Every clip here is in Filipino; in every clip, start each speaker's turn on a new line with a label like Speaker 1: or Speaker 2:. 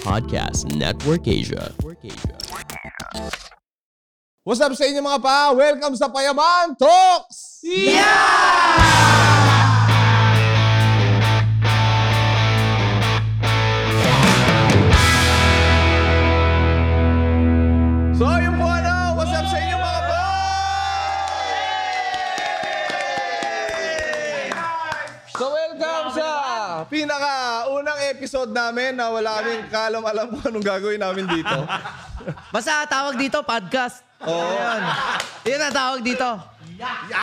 Speaker 1: Podcast Network Asia.
Speaker 2: What's up sa inyo mga pa? Welcome sa Payaman Talks! So yun po ano, what's up sa inyo mga pa? So welcome sa pinaka-unang episode namin na wala kaming kalam-alam kung anong gagawin namin dito.
Speaker 3: Basta tawag dito, podcast. Oo. Ayun. Yun ang tawag dito.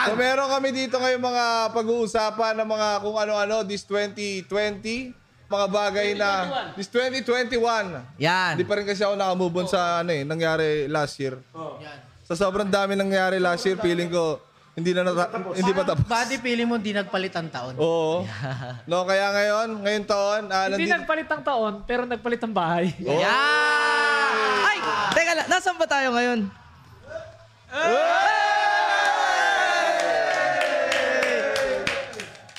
Speaker 2: So meron kami dito ngayong mga pag-uusapan ng mga kung ano-ano this 2020, mga bagay na this 2021.
Speaker 3: Yan.
Speaker 2: Hindi pa rin kasi ako nakamove on sa ano eh, nangyari last year.
Speaker 3: Oh.
Speaker 2: Sa sobrang dami nangyari last year, feeling ko hindi na nata- hindi pa tapos.
Speaker 3: Body feeling mo, di nagpalit ang taon.
Speaker 2: Oo. Oh, No, kaya ngayon, ngayon taon, ah,
Speaker 4: Hindi
Speaker 2: nandito- Oh.
Speaker 4: nagpalit ang taon, pero nagpalit ang bahay.
Speaker 3: Yan! Ay! Teka lang, nasan ba tayo ngayon?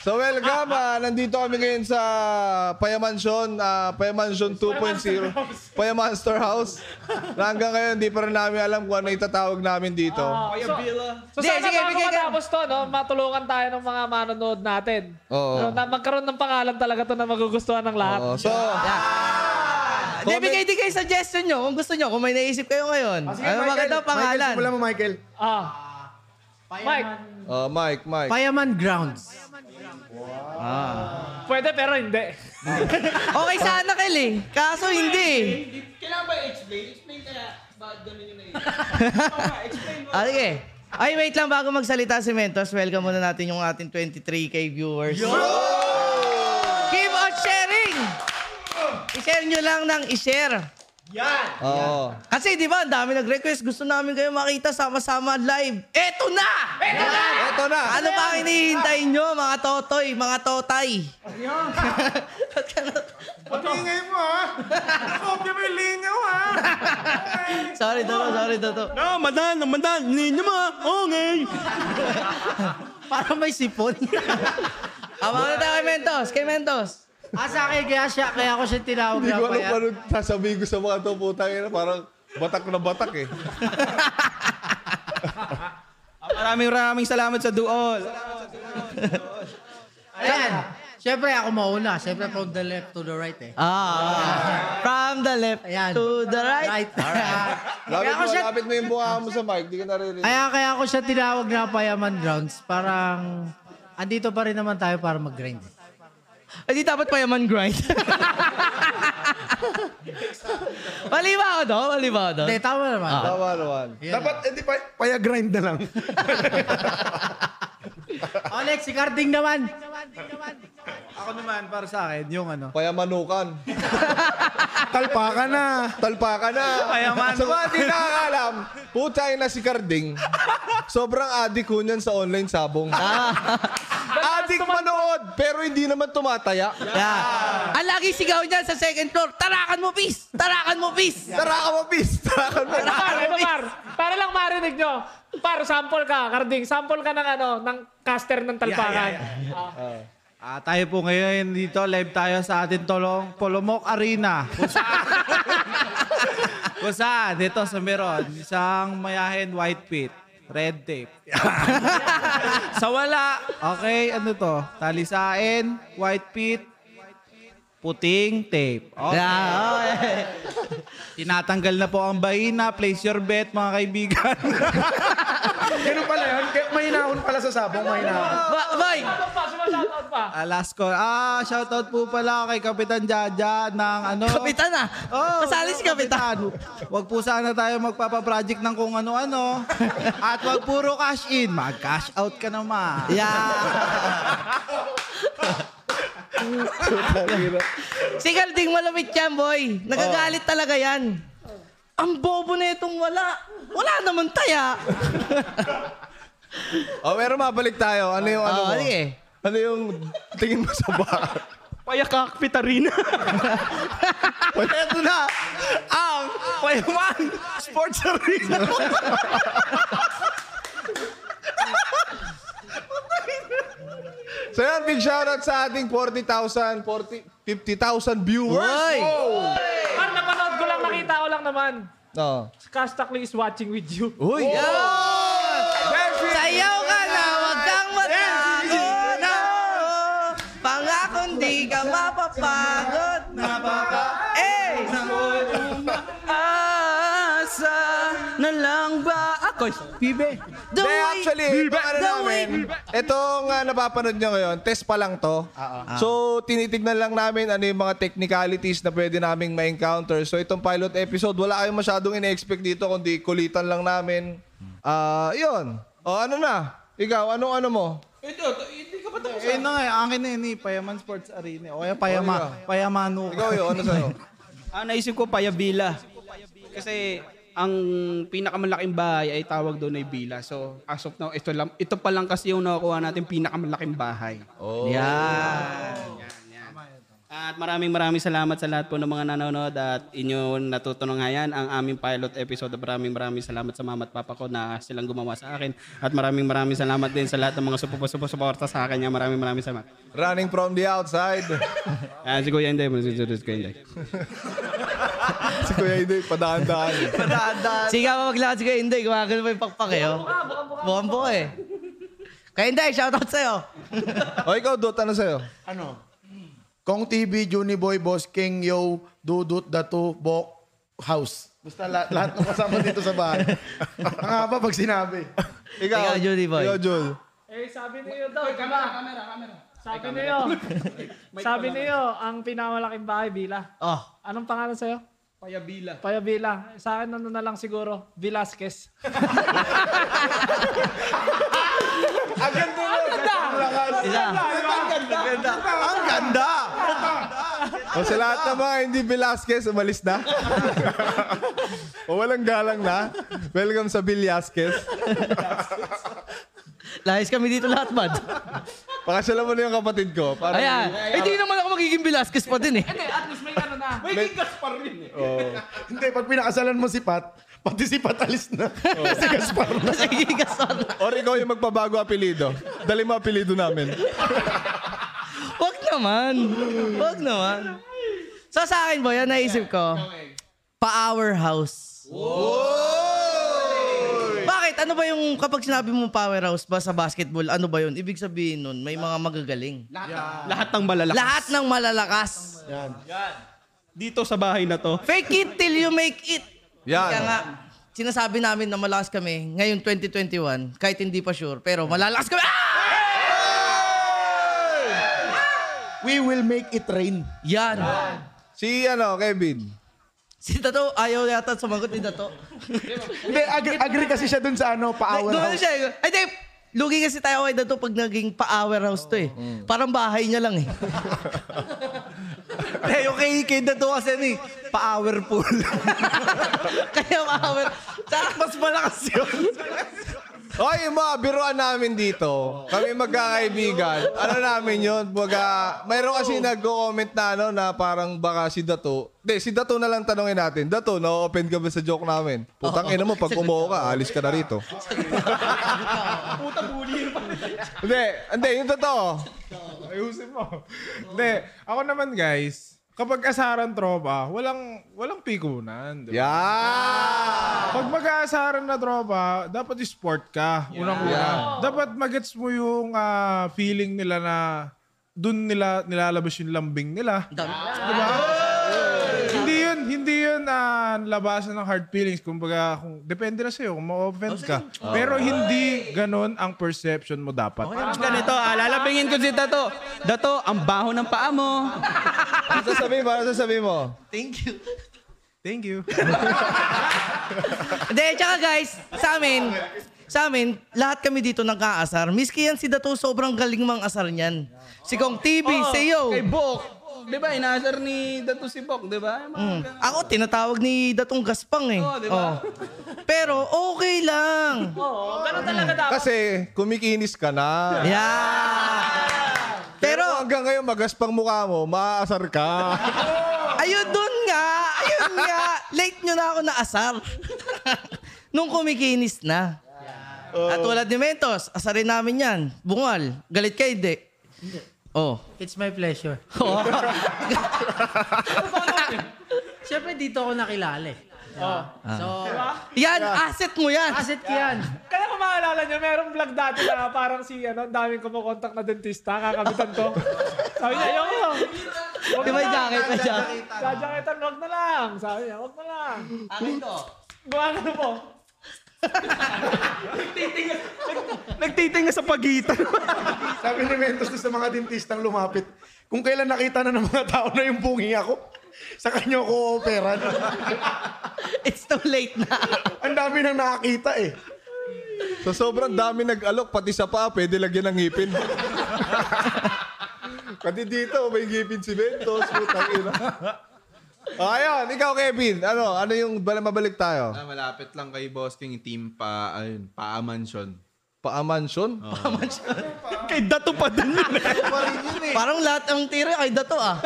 Speaker 2: So welcome, ah, nandito kami ngayon sa Payamansyon, ah, Payamansyon 2.0, Payamanster House. Na hanggang ngayon, hindi pa rin namin alam kung ano itatawag namin dito.
Speaker 4: So
Speaker 3: Sige,
Speaker 4: sana
Speaker 3: sige,
Speaker 4: bago
Speaker 3: bigay ka.
Speaker 4: matapos to, no, matulungan tayo ng mga manonood natin.
Speaker 2: Oo.
Speaker 4: No, na magkaroon ng pangalan talaga to na magugustuhan ng lahat.
Speaker 2: Oo, so,
Speaker 3: Di, bigay di kayo suggestion nyo kung gusto nyo, kung may naisip kayo ngayon. ano ba daw pangalan?
Speaker 5: mo, Michael.
Speaker 4: Ah. Mike,
Speaker 2: ah, Mike, Mike.
Speaker 5: Payaman Grounds.
Speaker 4: pwede pero hindi.
Speaker 3: Okay sana, Kel eh. Kaso hindi. Kailangan ba explain? Explain kaya ba ganun yung naisip? Okay, Ah, Ay, wait lang bago magsalita si Mentos. Welcome muna natin yung ating 23k viewers. Keep on sharing! I-share nyo lang ng i-share.
Speaker 2: Oo.
Speaker 3: Kasi di ba, ang dami nag-request. Gusto namin kayo makita sama-sama live. Eto na!
Speaker 2: Eto na!
Speaker 3: Ano pa ang hinihintay nyo, mga totoy, mga totay?
Speaker 5: Patingay mo, ha? Kopya mo yung linya mo, ha?
Speaker 3: Sorry,
Speaker 2: Oh.
Speaker 3: Toto, sorry, Toto.
Speaker 6: Ah, madan, madan, ninyo mga, okay.
Speaker 3: Parang may sipon. Abangan na tayo Ah, kay Mentos. Kay Mentos.
Speaker 5: Asa kay Ah, kaya siya, kaya ako siya tinawag
Speaker 2: Hindi
Speaker 5: na
Speaker 2: ko alam ano-
Speaker 5: paya.
Speaker 2: paano sasabihin ko sa mga to, putang ina, parang batak na batak eh.
Speaker 6: Maraming maraming salamat sa duol.
Speaker 5: Ayan. Siyempre, ako mauna. Siyempre, from the left to the right, eh.
Speaker 3: Ah. From the left
Speaker 5: Ayan.
Speaker 3: to the right.
Speaker 2: Lapit
Speaker 5: Kaya ako
Speaker 2: mo,
Speaker 5: siya-
Speaker 2: lapit mo yung bunga mo sa mic, di ka naririnig.
Speaker 5: Kaya, kaya ako siya tinawag na Payaman Grounds. Parang, andito pa rin naman tayo para mag-grind. eh.
Speaker 3: Ay, di dapat pa yaman grind. Mali ba ako doon? Mali ba ako Ah. doon?
Speaker 5: Hindi, tama naman.
Speaker 2: Tama naman. Ah. Dapat, hindi pa,
Speaker 5: Alex, si Carding naman.
Speaker 7: Ako naman, para sa akin, yung ano.
Speaker 2: payamanukan.
Speaker 7: Talpa ka na.
Speaker 2: Talpa ka na.
Speaker 7: Payamanu-
Speaker 2: Sa mga di nakakalam, putang na si Carding. Sobrang adik ko niyan sa online sabong. adik manood, pero hindi naman tumataya.
Speaker 3: Yeah. Ang lagi sigaw niya sa second floor, tarakan mo, bis! Tarakan mo, bis!
Speaker 2: Tara ka mo, bis! Tara ka mo.
Speaker 4: Par, ito par. Para lang marinig nyo. Par, sample ka, Karding. Sample ka ng ano, ng caster ng talpakan. Ah.
Speaker 7: Ah, tayo po ngayon dito, live tayo sa ating tolong Polomok Arena. Kung saan, kung saan dito sa meron, isang mayahin white pit, red tape. sa wala, okay, ano to? Talisain, white pit, puting tape. Okay.
Speaker 3: Yeah. okay.
Speaker 7: Tinatanggal na po ang bahina. Place your bet, mga kaibigan.
Speaker 5: Ganun pala yun. May hinahon pala sa sabong, may hinahon.
Speaker 3: Ba- Boy!
Speaker 4: Shoutout pa, sumasoutout pa.
Speaker 7: Ah, last call. Ah, shoutout po pala kay Kapitan Jaja ng ano.
Speaker 3: Kapitan ah!
Speaker 7: Oh,
Speaker 3: Kasali si Kapitan.
Speaker 7: Huwag po sana tayo magpapaproject ng kung ano-ano. At wag puro cash in. Mag-cash out ka naman.
Speaker 3: Yeah. si Galding malamit yan, boy. Nagagalit talaga yan. Ang bobo na itong wala. Wala naman taya.
Speaker 2: Oh, pero mabalik tayo. Ano yung ano
Speaker 3: Oh,
Speaker 2: mo?
Speaker 3: sige.
Speaker 2: Ano yung tingin mo sa bar?
Speaker 6: Payakak Pitarina. Ito na, ang Payaman Sports Arena.
Speaker 2: So yan, big shoutout sa ating 40,000, 40, 50,000 viewers.
Speaker 3: Uy!
Speaker 4: Par, napanood ko lang, nakita ko lang naman.
Speaker 2: No.
Speaker 4: Kastakli is watching with you.
Speaker 2: Uy!
Speaker 3: Sayaw ka na, wag kang matagod na. Pangakon di ka mapapagod. Napaka. Eh!
Speaker 6: Asa na lang ba ako? Pibe.
Speaker 3: The
Speaker 2: Hindi,
Speaker 3: way-
Speaker 2: actually, itong ano
Speaker 3: The
Speaker 2: namin, itong ah, napapanood nyo ngayon, test pa lang to. So, tinitignan lang namin ano yung mga technicalities na pwede naming ma-encounter. So, itong pilot episode, wala kayong masyadong in-expect dito, kundi kulitan lang namin. Ah, yun. O, ano na? Ikaw, anong ano mo?
Speaker 7: Ayun na nga, eh, akin na yun eh, Payaman Sports Arena. O kaya
Speaker 2: ah. Oh,
Speaker 7: Payama, Payamano.
Speaker 2: Ikaw yun, ano sa'yo?
Speaker 6: Ah, naisip ko payabila. Kasi ang pinakamalaking bahay ay tawag doon ay bila. So, as of now, ito, lang, ito pa lang kasi yung nakukuha natin pinakamalaking bahay. At maraming maraming salamat sa lahat po ng mga nanonood at inyo natutununghayan ang aming pilot episode. Maraming maraming salamat sa mama at papa ko na silang gumawa sa akin. At maraming maraming salamat din sa lahat ng mga supo-supo-suporta sa akin. Maraming maraming salamat.
Speaker 2: Running from the outside.
Speaker 6: Ah, si Kuya Inday, si si Kuya Inday.
Speaker 2: si Kuya eh. Inday, padahan-dahan.
Speaker 3: Sige, maglakad si Kainday. Gumagano pa yung pakpak eh. oh. Bukang buka eh. Kainday, shoutout sa'yo.
Speaker 2: o, ikaw, Dot, ano sa'yo?
Speaker 8: Oh, Ano? Kong TV, Juniboy, Boss King, Yo, Dudut, Datu, Bok, House. Basta lahat, lahat ng kasama dito sa bahay. Ang haba pag sinabi.
Speaker 3: Ikaw, Judy Boy.
Speaker 2: Ikaw, Jul.
Speaker 4: Eh, sabi niyo daw. camera, camera, camera. Sabi niyo. sabi niyo, ang pinakamalaking bahay, Bila.
Speaker 3: Oh.
Speaker 4: Anong pangalan sa'yo? Payabila. Payabila. Sa akin, ano na lang siguro, Velasquez.
Speaker 8: Ang ganda!
Speaker 2: O sa lahat ng mga hindi Velasquez, umalis na. o walang galang na. Welcome sa Velasquez.
Speaker 3: Layas kami dito lahat, bad.
Speaker 2: Pakasala mo na yung kapatid ko. Para
Speaker 3: Ayan. Eh, di naman ako magiging Velasquez pa din eh.
Speaker 4: Hindi, at least may eh. ano na.
Speaker 8: Hindi, pag pinakasalan mo si Pat, pati si Pat alis na. si Gaspar na.
Speaker 3: Sige, gasol.
Speaker 2: Or ikaw yung magpabago apelido. Dali mo apelido namin.
Speaker 3: Wag naman. Wag naman. So sa akin, boy, ang naisip ko, pa-hour house. Bakit? Ano ba yung kapag sinabi mo powerhouse ba sa basketball, ano ba yun? Ibig sabihin nun, may mga magagaling.
Speaker 6: Lahat ng malalakas.
Speaker 3: Lahat ng malalakas.
Speaker 6: Dito sa bahay na to.
Speaker 3: Fake it till you make it.
Speaker 2: Yan.
Speaker 3: Kaya nga, sinasabi namin na malakas kami ngayon 2021, kahit hindi pa sure, pero malalakas kami. Ah!
Speaker 8: We will make it rain.
Speaker 3: Yan.
Speaker 2: Si ano, Kevin.
Speaker 3: Si Tato, ayaw yata sumagot ni Tato.
Speaker 8: Hindi, ag- agree kasi siya dun sa ano, pa-hour
Speaker 3: Gumano
Speaker 8: house.
Speaker 3: siya. eh. Ay, di. Lugi kasi tayo kay Dato pag naging pa-hour house to eh. Parang bahay niya lang eh.
Speaker 7: Hindi, yung kay, kay Dato kasi ni, pa-hourful.
Speaker 3: Kaya pa-hour. Tapos malakas yun.
Speaker 2: Hoy, yung mga biruan namin dito. Kami magkakaibigan. Ano namin yun? Baga, mayroon kasi nagko-comment na ano na parang baka si Dato. Hindi, si Dato na lang tanongin natin. Dato, na-open ka ba sa joke namin? Putang ina mo, pag umuo ka, alis ka na rito. Puta, bully Hindi, hindi, yung totoo.
Speaker 9: Ayusin mo. Hindi, ako naman guys, kapag asaran tropa, walang walang pikunan. di ba?
Speaker 2: Yeah!
Speaker 9: Pag mag-aasaran na tropa, dapat sport ka. Unang-una. Dapat magets mo yung ah, feeling nila na dun nila nilalabas yung lambing nila. Hindi yun, hindi yun ah, labasan ng hard feelings. Kumbaga, kung, depende na sa'yo kung ma-offend ka.
Speaker 2: Oh.
Speaker 9: Pero hindi ganun ang perception mo dapat.
Speaker 6: Ganito, ah, lalapingin ko si Dato. Dato, ang baho ng paa mo.
Speaker 2: Ano sasabihin mo? Ano sasabihin mo?
Speaker 3: Thank you.
Speaker 9: Thank you.
Speaker 3: Hindi, tsaka guys, sa amin, sa amin, lahat kami dito nag-aasar. Miski yan si Dato, sobrang galing mang asar niyan. Si Kong TV, si Yo.
Speaker 6: Oh, Kay Bok. Di ba, inaasar ni Dato si Bok, di ba? Mga
Speaker 3: Mm. Ako, tinatawag ni Datong Gaspang eh.
Speaker 6: Oo, di
Speaker 3: Oh.
Speaker 6: ba?
Speaker 3: Pero okay lang.
Speaker 4: Oo, ganun talaga dapat.
Speaker 2: Mm. Kasi kumikinis ka na.
Speaker 3: Yeah.
Speaker 2: Pero
Speaker 3: Pero,
Speaker 2: hanggang ngayon, magaspang mukha mo, maaasar ka.
Speaker 3: Ayun dun nga. Ayun nga. Late nyo na ako naasar. Nung kumikinis Oh. na. At tulad ni Mentos, asarin namin yan. Bungal. Galit ka, hindi. Oh.
Speaker 5: It's my pleasure.
Speaker 3: Oo.
Speaker 5: Siyempre, dito ako nakilala eh.
Speaker 3: Ah.
Speaker 5: Diba? So,
Speaker 3: Yan, asset mo yan.
Speaker 5: asset ko yan.
Speaker 4: Kaya kung maalala nyo, merong vlog dati na parang si, ano, ang daming kumukontak na dentista, kakabitan ko. Sabi niya, ayoko. Huwag
Speaker 3: Di ba yung jacket na siya?
Speaker 4: Jajaketan, wag na lang. Sabi niya, wag na lang.
Speaker 3: Akin to.
Speaker 4: Gawa ka na po. Nagtitingas. Nagtitingas sa pagitan.
Speaker 8: Sabi ni Mentos doon sa mga dentistang lumapit, kung kailan nakita na ng mga tao na yung bungi ako, sa kanyo ko operan.
Speaker 3: It's too late na.
Speaker 8: Ang dami nang nakakita eh.
Speaker 2: So sobrang dami nag-alok, pati sa paa, pwede lagyan ng ngipin. pati dito, may ngipin si Mentos. Putang ina. Ayun, ikaw Kevin, ano, ano yung bal- mabalik tayo?
Speaker 10: Ah, malapit lang kay Boss King, team pa, ayun, Paa Mansion.
Speaker 2: Paa mansion?
Speaker 3: Kay Dato pa din yun. eh.
Speaker 2: eh.
Speaker 3: Parang lahat ang tira kay Dato ah.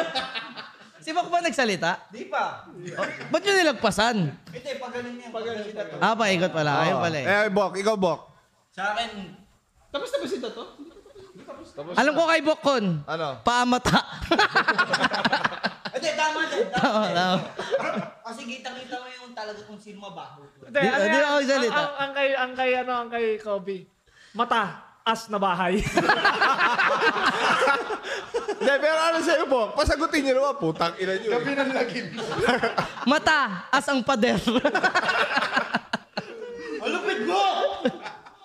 Speaker 3: Si Bok ba nagsalita? Di pa. ba't nyo nilagpasan? Hindi,
Speaker 11: eh,
Speaker 3: pagaling niya. Pagaling si Dato. Ah, paikot pala. Ayun pala eh.
Speaker 2: Eh, Bok, ikaw Bok.
Speaker 3: Alam ko kay Bokkon.
Speaker 2: Ano?
Speaker 3: Paamata. Hindi, tama din. Tama, tama.
Speaker 11: Ah,
Speaker 4: Hindi,
Speaker 3: Di-
Speaker 4: ano
Speaker 3: di
Speaker 4: yan?
Speaker 3: ako salita.
Speaker 4: Ang, ang, ang kay, ang kay, ano, ang kay Kobe. Mata, as na bahay.
Speaker 2: Hindi, pero ano sa'yo Bok? Pasagutin niyo naman, putang ina niyo. eh.
Speaker 3: Mata, as ang pader.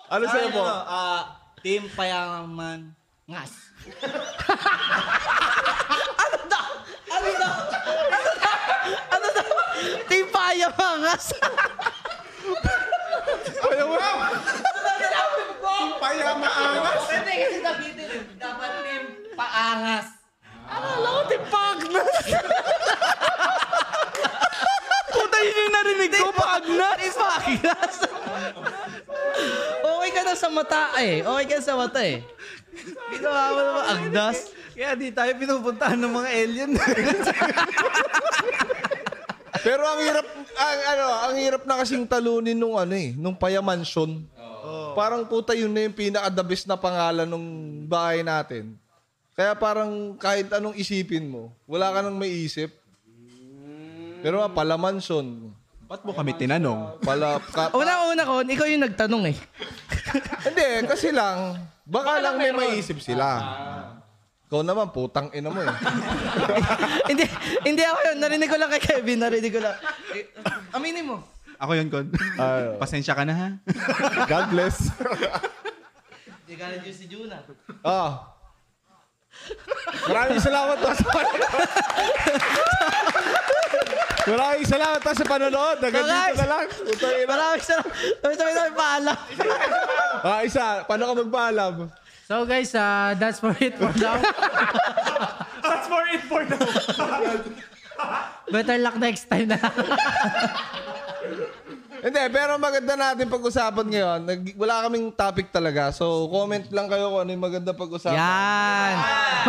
Speaker 2: Ano sa'yo Bok?
Speaker 11: ah,
Speaker 5: team Payaman Ngas.
Speaker 3: ano daw? Ano daw? Ano daw? Tipaya mangas.
Speaker 2: Ayaw mo! Paya maangas!
Speaker 5: Pwede kasi sabihin din, dapat team Paangas.
Speaker 3: Akala ko tipagnas. Puta yun yung narinig ko, pagnas. Tipagnas. okay ka na sa mata eh. Okay ka sa mata eh. Ginawa mo naman, agdas.
Speaker 7: Kaya di tayo pinupuntahan ng mga alien.
Speaker 2: Pero ang hirap, ang, ano, ang hirap na kasing talunin nung ano eh, nung Paya Mansion. Parang puta yun na yung pinaka-the best na pangalan nung bahay natin. Kaya parang kahit anong isipin mo, wala ka nang maiisip. Pero ah, Pala Mansion,
Speaker 10: Ba't mo kami tinanong?
Speaker 2: Pala... Ka,
Speaker 3: Una-una ko, ikaw yung nagtanong eh.
Speaker 2: hindi, kasi lang, baka lang may maiisip sila. Ikaw naman, putang ina mo eh.
Speaker 3: hindi, hindi ako yun. Narinig ko lang kay Kevin. Narinig ko lang. Eh, aminin mo.
Speaker 10: Ako yun, Kon. Pasensya ka na, ha?
Speaker 2: Ah, God bless.
Speaker 3: Hindi ka na si Juna.
Speaker 2: Ah. Maraming salamat po sa panonood. Maraming salamat po sa panonood. Hanggang
Speaker 3: Maraming-
Speaker 2: dito na lang. Utang ina.
Speaker 3: Maraming salamat. Maraming salamat. Paalam.
Speaker 2: Ah, isa. Paano ka magpaalam?
Speaker 5: So guys, ah, that's for it for now.
Speaker 4: That's for it for now.
Speaker 5: Better luck next time na.
Speaker 2: Hindi, pero maganda natin pag-usapan ngayon. Nag- wala kaming topic talaga. So, comment lang kayo kung ano yung maganda pag-usapan.
Speaker 3: Yan.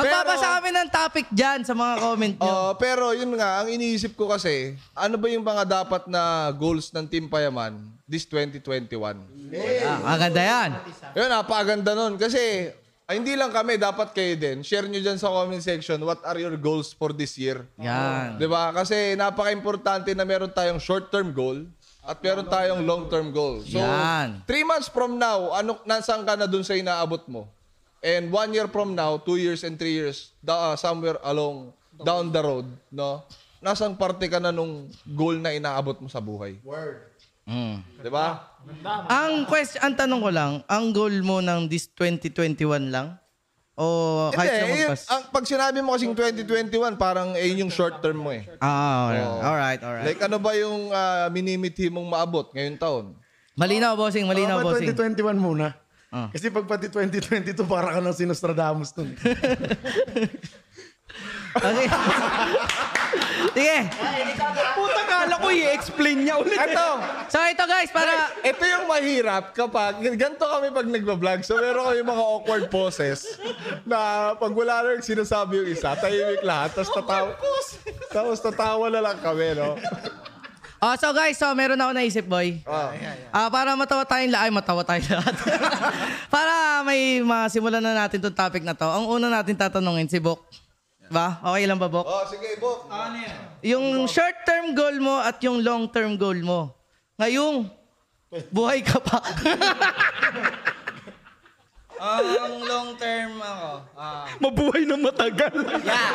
Speaker 3: Magbabasa
Speaker 2: Pero-
Speaker 3: kami ng topic dyan sa mga comment nyo.
Speaker 2: Oo, pero yun nga, ang iniisip ko kasi, ano ba yung mga dapat na goals ng Team Payaman this 2021?
Speaker 3: Ah, maganda yan.
Speaker 2: Yun, napakaganda nun. Kasi, ay, hindi lang kami, dapat kayo din. Share nyo dyan sa comment section, what are your goals for this year?
Speaker 3: Yan.
Speaker 2: 'Di ba? Kasi napaka-importante na meron tayong short-term goal at meron tayong long-term goal. So,
Speaker 3: Yan.
Speaker 2: three months from now, ano, nasaan ka na dun sa inaabot mo? And one year from now, two years and three years, da- uh, somewhere along, down the road, no? Nasaan parte ka na nung goal na inaabot mo sa buhay?
Speaker 3: Mm.
Speaker 2: 'Di ba?
Speaker 3: Ang question, ang tanong ko lang, ang goal mo ng this 2021 lang? O Oh, kahit sa
Speaker 2: Hindi, eh,
Speaker 3: magpas?
Speaker 2: ang, pag sinabi mo kasing 2021, parang eh, yun yung short-term mo eh.
Speaker 3: Ah, alright, alright, alright.
Speaker 2: oh. Like ano ba yung ah, minimithi mong maabot ngayong taon?
Speaker 3: Malinaw, bossing, malinaw,
Speaker 8: Ah, Dapat
Speaker 3: bossing.
Speaker 8: 2021 muna.
Speaker 3: Ah.
Speaker 8: Kasi pag pati 2022, para ka ng sinustradamus nun. eh.
Speaker 3: Okay. Sige.
Speaker 7: Puta, kala ko i-explain niya ulit.
Speaker 2: Ito!
Speaker 3: So ito guys, para...
Speaker 2: Ito yung mahirap kapag ganito kami pag nagbablog. So meron kami mga awkward poses na pag wala na yung sinasabi yung isa, tahimik lahat. Tapos tatawa, tapos tatawa na lang kami, no?
Speaker 3: Oh, so guys, so Ah, meron ako naisip, boy. Ah, para matawa tayong lahat. Ay, matawa tayong lahat. para may masimulan na natin itong topic na to, ang una natin tatanungin si Bok. Ba? Okay lang ba, Bok?
Speaker 2: Oh, sige, Bok. Ano yan?
Speaker 3: Yung short-term goal mo at yung long-term goal mo. Ngayong, buhay ka pa.
Speaker 11: Ah,
Speaker 3: Ang long-term ako.
Speaker 12: Mabuhay na matagal.
Speaker 3: Yeah.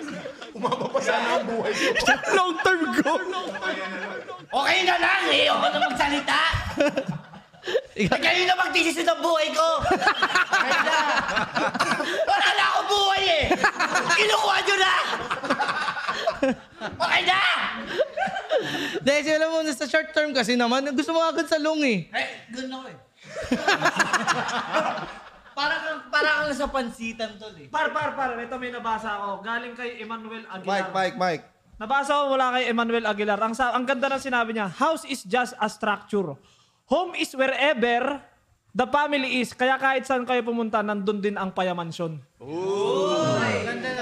Speaker 12: Umaba pa sana ang buhay ko. Long-term goal.
Speaker 11: Okay na lang eh. Ako na magsalita. Ikaw na magtisis ng buhay ko. Kaya na. Wala na akong buhay eh. Kinukuha nyo na. Okay na.
Speaker 3: Dahil sila muna sa short-term kasi naman, gusto mo agad sa long eh.
Speaker 11: Eh, ganun ako eh. parang kang, parang kang sa pansitan tol eh.
Speaker 4: Par, par, par. Ito may nabasa ako. Galing kay Emmanuel Aguilar.
Speaker 2: Mike, Mike, Mike.
Speaker 4: Nabasa ko mula kay Emmanuel Aguilar. Ang, sa- ang ganda ng sinabi niya, house is just a structure. Home is wherever the family is. Kaya kahit saan kayo pumunta, nandun din ang payamansyon.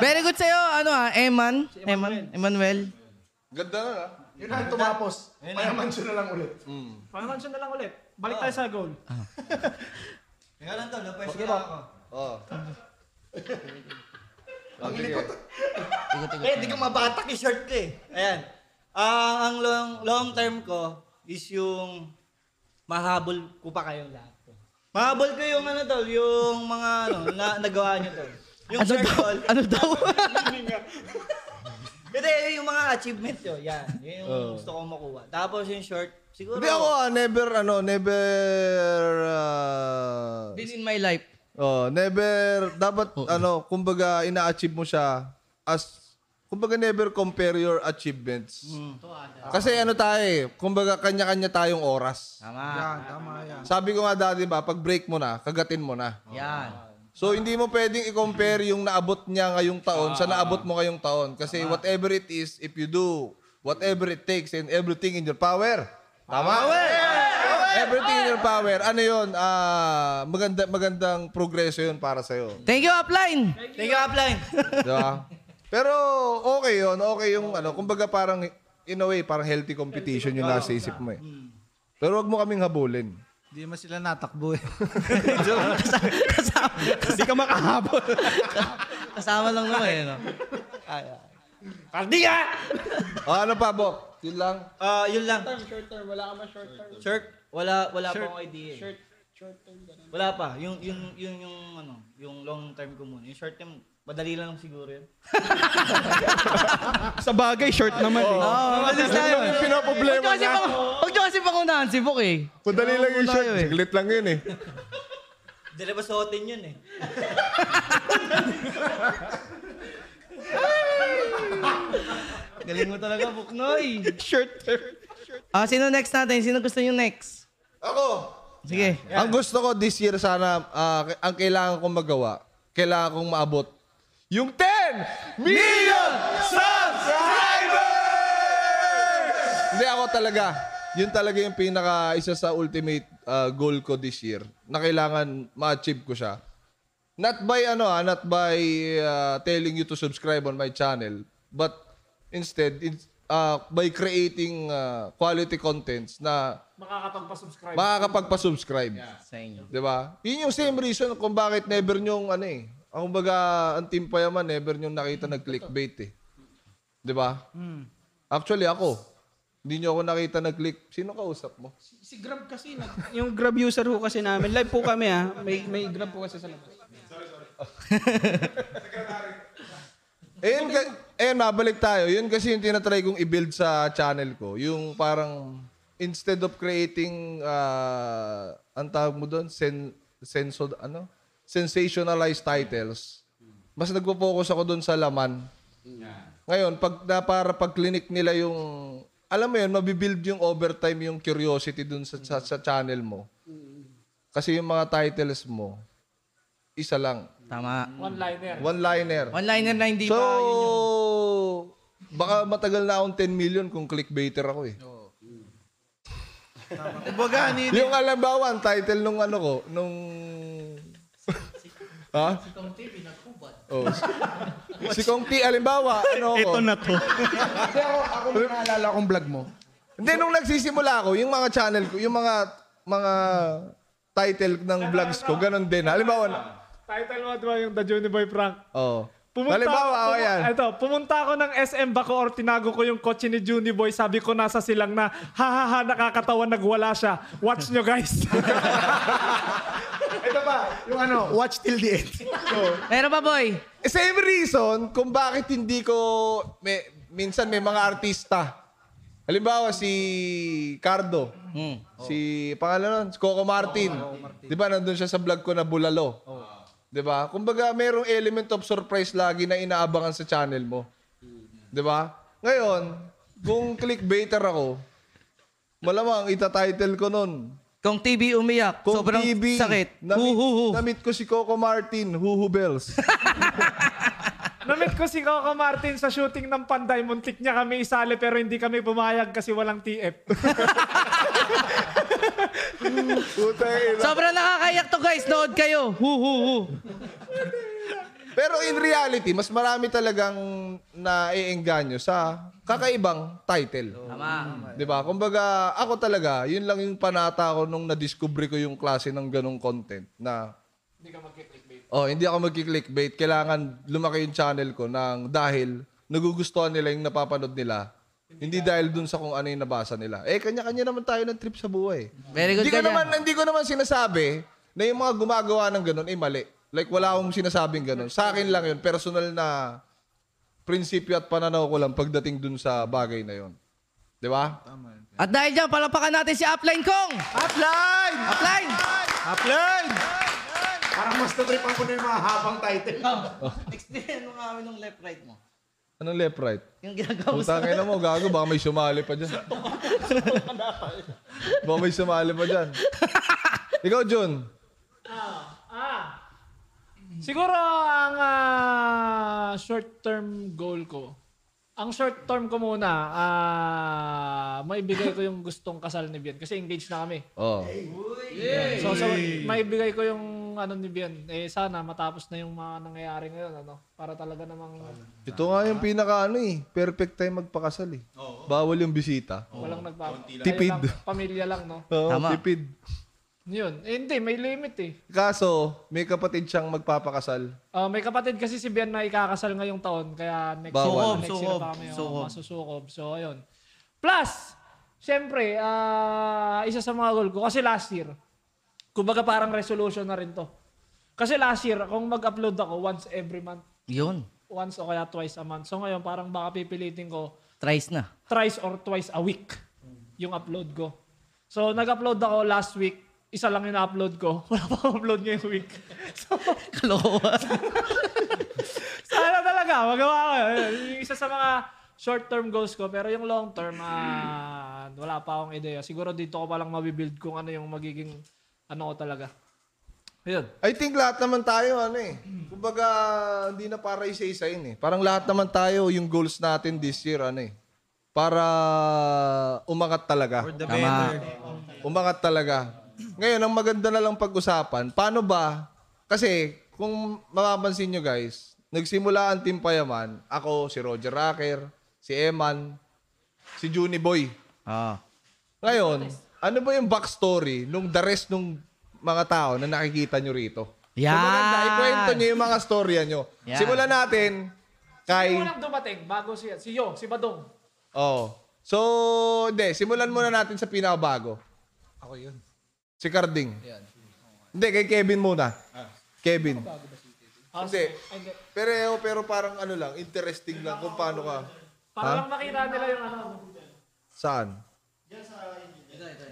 Speaker 3: Very good sa'yo, ano ah, Eman. Eman. Emmanuel.
Speaker 2: Ganda na ah.
Speaker 8: Yun na, tumapos. Mayaman siya na lang ulit.
Speaker 11: Hmm.
Speaker 4: Payamansyon na lang ulit. Balik tayo sa goal.
Speaker 11: Ah. Teka lang tol, na-question
Speaker 4: Okay ba?
Speaker 11: ako.
Speaker 2: Oo.
Speaker 11: Ang likot. Eh, di ko mabatak yung shirt ko eh. Ayan. Ah, ang long, long term ko is yung mahabol ko pa kayong lahat. Mahabol ko yung ano tol, yung mga ano, na, nagawa nyo tol. Yung
Speaker 3: Ano
Speaker 11: shirt
Speaker 3: daw?
Speaker 11: tol.
Speaker 3: Ano daw?
Speaker 11: Hindi, yung mga achievement yun. Yan, yun yung
Speaker 3: Oh.
Speaker 2: Oo.
Speaker 11: gusto kong makuha. Tapos yung short, siguro.
Speaker 2: Hindi ako, ah, never, ano, never... ah,
Speaker 3: Been in my life.
Speaker 2: Oh, never, dapat,
Speaker 7: Oh.
Speaker 2: ano, kumbaga, ina-achieve mo siya as, kumbaga, never compare your achievements.
Speaker 3: Hmm.
Speaker 2: Kasi ano tayo eh, kumbaga, kanya-kanya tayong oras.
Speaker 3: Tama.
Speaker 7: Tama yan.
Speaker 2: Sabi ko nga dati ba, pag break mo na, kagatin mo na.
Speaker 3: Yan.
Speaker 2: So, hindi mo pwedeng i-compare yung naabot niya ngayong
Speaker 11: Ah.
Speaker 2: taon sa naabot mo ngayong taon. Kasi whatever it is, if you do whatever it takes and everything in your power. Tama? Everything in your power. Ano yun? Ah, maganda, magandang progreso yun para sa'yo.
Speaker 3: Thank you, Upline.
Speaker 11: Thank you, Upline.
Speaker 2: Di ba? Pero okay yun. Okay yung ano. Kumbaga parang, in a way, parang healthy competition yung nasa isip mo eh.
Speaker 11: Hmm.
Speaker 2: Pero wag mo kaming habulin.
Speaker 7: Hindi naman sila natakbo eh.
Speaker 12: Hindi ka makahabol.
Speaker 3: Kasama lang naman eh. No?
Speaker 11: Pardi ka!
Speaker 2: ano pa, Bok? Yun lang?
Speaker 11: Ah, yun lang.
Speaker 13: Short term, short term. Wala ka ba short term?
Speaker 11: Shirt, wala, wala
Speaker 13: Shirt.
Speaker 11: pa akong idea. eh.
Speaker 13: Short, short term. Ganun.
Speaker 11: Wala pa. Yung, yung, yung, yung, ano, yung long term ko muna. Yung short term, madali lang siguro yun.
Speaker 12: Sa bagay, short naman eh.
Speaker 3: Oo, oh, mabilis tayo.
Speaker 12: Yung
Speaker 3: Huwag nyo kasi pang- Huwag nyo kasi pangunahan si Bok eh.
Speaker 2: Madali lang yung
Speaker 3: Tayo
Speaker 2: shot.
Speaker 3: eh.
Speaker 2: Saglit lang yun eh.
Speaker 11: Dala ba suotin yun eh?
Speaker 3: Galing mo talaga, Buknoy.
Speaker 12: Short term.
Speaker 3: Ah, sino next natin? Sino gusto yung next?
Speaker 2: Ako!
Speaker 3: Sige.
Speaker 2: Ang gusto ko this year sana, ah, k- ang kailangan kong magawa, kailangan kong maabot, yung 10 million subscribers! Hindi ako talaga. Yun talaga yung pinaka isa sa ultimate ah, goal ko this year. Na kailangan ma-achieve ko siya. Not by ano ah, not by ah, telling you to subscribe on my channel, but instead it's, ah, by creating ah, quality contents na
Speaker 4: Makakapagpa-subscribe.
Speaker 2: makakapagpa-subscribe.
Speaker 3: Sa inyo.
Speaker 2: Di ba? Yun yung same reason kung bakit never nyong ano eh. Ang baga, ang team payaman, never nyong nakita nag-clickbait eh. Di ba?
Speaker 3: Hmm.
Speaker 2: Actually, ako. Hindi nyo ako nakita nag-click. Sino kausap mo?
Speaker 13: Si Grab kasi nag...
Speaker 6: Yung Grab user ho kasi namin, live po kami ah. May, may Grab po kasi sa labas.
Speaker 2: Eh, yun, ka- eh, nabalik tayo. Yun kasi yung tinatry kong i-build sa channel ko. Yung parang, instead of creating, ah, ang tawag mo doon, sen, senso, ano? Sensationalized titles. Mas nagpo-focus ako doon sa laman. Ngayon, pag na para pag clinic nila yung alam mo yun, mabibuild yung overtime yung curiosity dun sa, sa, sa channel mo. Kasi yung mga titles mo, isa lang.
Speaker 3: Tama.
Speaker 4: One-liner.
Speaker 2: One-liner.
Speaker 3: One-liner na hindi
Speaker 2: so,
Speaker 3: pa,
Speaker 2: baka matagal na akong 10 million kung clickbaiter ako eh.
Speaker 7: Kumbaga,
Speaker 3: ano eh.
Speaker 7: nini.
Speaker 2: Yung alam ba, ang title nung ano ko, nung... ha?
Speaker 11: Itong TV, nagkubat.
Speaker 2: Oh. si Kong T, alimbawa, ano ko?
Speaker 12: Ito na to.
Speaker 8: Hindi ako, ako may naalala akong vlog mo.
Speaker 2: Hindi, nung nagsisimula ako, yung mga channel ko, yung mga, mga title ng vlogs ko. Ganon din. Halimbawa, na-
Speaker 4: Title mo, di ba, yung The Juni Boy Prank?
Speaker 2: oh.
Speaker 4: Pumunta,
Speaker 2: Halimbawa, ako
Speaker 4: pumu-
Speaker 2: yan.
Speaker 4: Eto, pumunta ako ng SM Bacoor, tinago ko yung kotse ni Juni Boy. Sabi ko nasa silang na, ha ha ha, nakakatawa, nagwala siya. Watch nyo guys.
Speaker 8: Ito pa, yung ano, watch till the end.
Speaker 3: Meron ba, boy?
Speaker 2: Same Eh, reason kung bakit hindi ko, may, minsan may mga artista. Halimbawa, si Cardo. Si, pangalan nun, si Hmm. Coco Martin. Di ba, nandun siya sa vlog ko na Bulalo. Di ba? Kumbaga, merong element of surprise lagi na inaabangan sa channel mo. Di ba? Ngayon, kung clickbaiter ako, malamang itatitle ko nun.
Speaker 3: Kung TV umiyak, sobrang sakit.
Speaker 2: Namit, namit ko si Coco Martin, Huhu Bells.
Speaker 4: Namit ko si Coco Martin sa shooting ng Panday. Muntik niya kami isali pero hindi kami pumayag kasi walang TF.
Speaker 2: eh.
Speaker 3: Sobrang nakakayak to, guys. Nood kayo. Hu, hu, hu.
Speaker 2: Pero in reality, mas marami talagang naiengganyo sa kakaibang title.
Speaker 3: Tama.
Speaker 2: 'Di ba? Kumbaga, ako talaga, 'yun lang yung panata ko nung nadiskubre ko yung klase ng ganong content na Oh, hindi ako magki-clickbait. Kailangan lumaki yung channel ko ng dahil nagugustuhan nila yung napapanood nila. Hindi dahil dun sa kung ano yung nabasa nila. Eh, kanya-kanya naman tayo ng trip sa buhay.
Speaker 3: Very good
Speaker 2: hindi ko
Speaker 3: ka
Speaker 2: naman, Hindi ko naman sinasabi na yung mga gumagawa ng ganun, eh mali. Like, wala akong sinasabing ganun. Sa akin lang yun, personal na prinsipyo at pananaw ko lang pagdating dun sa bagay na yun. Di ba?
Speaker 3: At dahil dyan, palapakan natin si Upline Kong.
Speaker 2: Upline!
Speaker 3: Upline!
Speaker 2: Upline!
Speaker 8: Parang mas natripan ko na yung mga habang title.
Speaker 11: Explain mo nga kami nung left-right mo.
Speaker 2: Anong left right?
Speaker 3: Yung ginagawa mo
Speaker 2: Puta
Speaker 3: sa...
Speaker 2: kayo na mo, gago. Baka may sumali pa dyan. Baka may sumali pa dyan. Ikaw, Jun.
Speaker 4: Siguro ang ah, short-term goal ko. Ang short-term ko muna, ah, maibigay ko yung gustong kasal ni Bian kasi engaged na kami.
Speaker 2: Oh.
Speaker 4: So, so maibigay ko yung ano ni Bian. Eh sana matapos na yung mga nangyayari ngayon ano para talaga namang
Speaker 2: Ito nga yung pinaka ano eh. Perfect time magpakasal eh. Bawal yung bisita.
Speaker 4: walang nagpa
Speaker 2: Tipid.
Speaker 4: Ayun lang, pamilya lang no.
Speaker 2: Oo,
Speaker 4: Tama.
Speaker 2: tipid.
Speaker 4: Yun. Eh, hindi may limit eh.
Speaker 2: Kaso, may kapatid siyang magpapakasal.
Speaker 4: Ah, may kapatid kasi si Bian na ikakasal ngayong taon kaya next
Speaker 2: Bawal.
Speaker 4: year, next year
Speaker 2: Sukob,
Speaker 4: pa kami. oh,
Speaker 2: sukob.
Speaker 4: masusukob. So ayun. Plus, syempre, ah, isa sa mga goal ko kasi last year, kumbaga parang resolution na rin to. Kasi last year, kung mag-upload ako once every month,
Speaker 3: Yun.
Speaker 4: once o kaya twice a month. So ngayon, parang baka pipilitin ko
Speaker 3: Tries na.
Speaker 4: thrice or twice a week yung upload ko. So nag-upload ako last week, isa lang yung na-upload ko. Wala pa akong upload ngayong week. So,
Speaker 3: Kalokohan.
Speaker 4: sana talaga, magawa ko. yun. Yung isa sa mga short-term goals ko, pero yung long-term, ah, wala pa akong ideya. Siguro dito ko palang mabibuild kung ano yung magiging ano ko talaga. Ayun.
Speaker 2: I think lahat naman tayo ano eh. Kumbaga, hindi na para isa-isain eh. Parang lahat naman tayo yung goals natin this year ano eh. Para umangat talaga. For
Speaker 7: the Tama. better.
Speaker 2: Umangat talaga. Ngayon, ang maganda na lang pag-usapan, paano ba? Kasi, kung mapapansin nyo guys, nagsimula ang Team Payaman, ako, si Roger Racker, si Eman, si Juni Boy.
Speaker 3: Ah.
Speaker 2: Ngayon, ano ba yung backstory nung the rest nung mga tao na nakikita nyo rito?
Speaker 3: Yan.
Speaker 2: So maganda, ikwento nyo yung mga storya nyo.
Speaker 4: Yan.
Speaker 2: Simulan natin
Speaker 4: Sino
Speaker 2: kay...
Speaker 4: walang dumating bago siya? Si Yo, si Badong.
Speaker 2: Oh. So, hindi. Simulan muna natin sa pinakabago.
Speaker 13: Ako yun.
Speaker 2: Si Carding. Hindi, kay Kevin muna. Kevin.
Speaker 4: Ah,
Speaker 2: Hindi. Pero, pero parang ano lang, interesting lang kung paano ka.
Speaker 4: Para
Speaker 2: Ha?
Speaker 4: lang makita nila yung ano.
Speaker 2: Saan?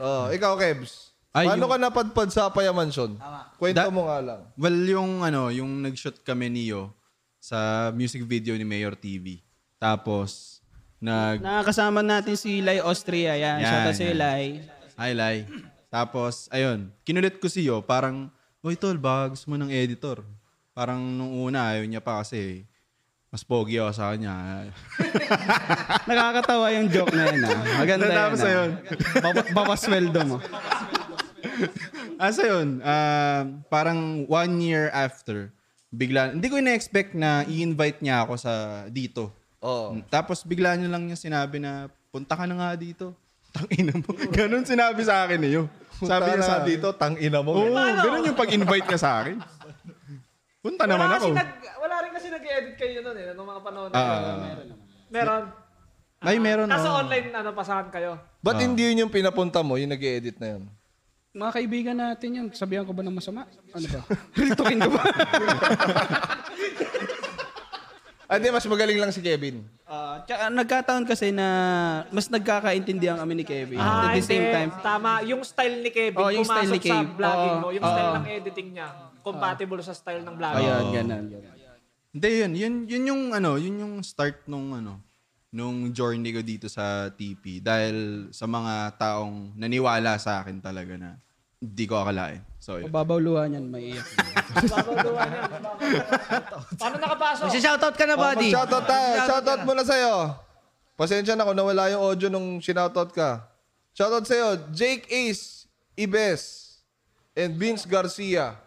Speaker 2: Oh, ikaw, Kebs.
Speaker 10: Ay,
Speaker 2: paano
Speaker 10: yung-
Speaker 2: ka napadpad sa Apaya Mansion? Kwento
Speaker 10: That-
Speaker 2: mo nga lang.
Speaker 10: Well, yung ano, yung nag-shoot kami ni Yo sa music video ni Mayor TV. Tapos, nag...
Speaker 6: Nakakasama natin si Lai Austria.
Speaker 10: Yan,
Speaker 6: Yan, shout out si
Speaker 10: yan.
Speaker 6: Lai.
Speaker 10: Hi, Lai. Tapos, ayun, kinulit ko si Yo, parang, Uy, tol, baka gusto mo ng editor. Parang nung una, ayaw niya pa kasi mas pogi ako sa kanya.
Speaker 6: Nakakatawa yung joke na yun. Ah. Maganda yun.
Speaker 10: Natapos na
Speaker 6: ah.
Speaker 10: yun.
Speaker 6: Baba- Babasweldo mo.
Speaker 10: Asa yun, ah, parang one year after, bigla, hindi ko ina-expect na i-invite niya ako sa dito.
Speaker 2: Oo.
Speaker 10: Tapos bigla niya lang niya sinabi na, punta ka na nga dito. Tangina mo. Ganun sinabi sa akin niyo.
Speaker 2: Sabi niya sa dito, tang ina mo.
Speaker 10: Oo, ganun yung pag-invite niya sa akin. Punta naman
Speaker 4: wala
Speaker 10: ako.
Speaker 4: Kasi nag, wala rin kasi nag-edit kayo nun eh, nung mga panahon na
Speaker 10: Ah.
Speaker 4: yun. meron naman. Meron.
Speaker 10: Ay, meron.
Speaker 4: Nasa
Speaker 10: oo.
Speaker 4: online, ano, pasahan kayo.
Speaker 2: Ba't
Speaker 10: Ah.
Speaker 2: hindi yun yung pinapunta mo, yung nag edit na yun?
Speaker 14: Mga kaibigan natin yun. Sabihan ko ba ng masama? Ano ba? Ritukin ko ba?
Speaker 2: Ah, di, mas magaling lang si Kevin.
Speaker 6: Ah, tsaka nagkataon kasi na mas nagkakaintindihan kami ni Kevin. At
Speaker 4: hindi.
Speaker 6: the same time,
Speaker 4: Tama. Yung style ni Kevin,
Speaker 6: Ah, Oh, yung
Speaker 4: pumasok
Speaker 6: style ni
Speaker 4: sa
Speaker 6: Kev.
Speaker 4: vlogging
Speaker 6: Oo.
Speaker 4: mo. Yung style
Speaker 6: Oo.
Speaker 4: ng editing niya. Compatible sa style ng vlogging.
Speaker 6: Ayun,
Speaker 10: Oo.
Speaker 6: ganun.
Speaker 10: Ah. Hindi, yun, yun, yun yung ano, yun yung start nung ano, nung journey ko dito sa TP dahil sa mga taong naniwala sa akin talaga na hindi ko akalain. So, yun.
Speaker 14: Mababaw luha niyan, maiiyak.
Speaker 4: Paano nakapasok?
Speaker 3: Magsha-shoutout ka na,
Speaker 2: Oh,
Speaker 3: buddy.
Speaker 2: mag-shoutout tayo.
Speaker 3: Mag-shoutout
Speaker 2: Shoutout
Speaker 3: ka na.
Speaker 2: muna sa'yo. Pasensya na kung nawala yung audio nung sinoutout ka. Shoutout sa'yo, Jake Ace Ibes and Vince Garcia.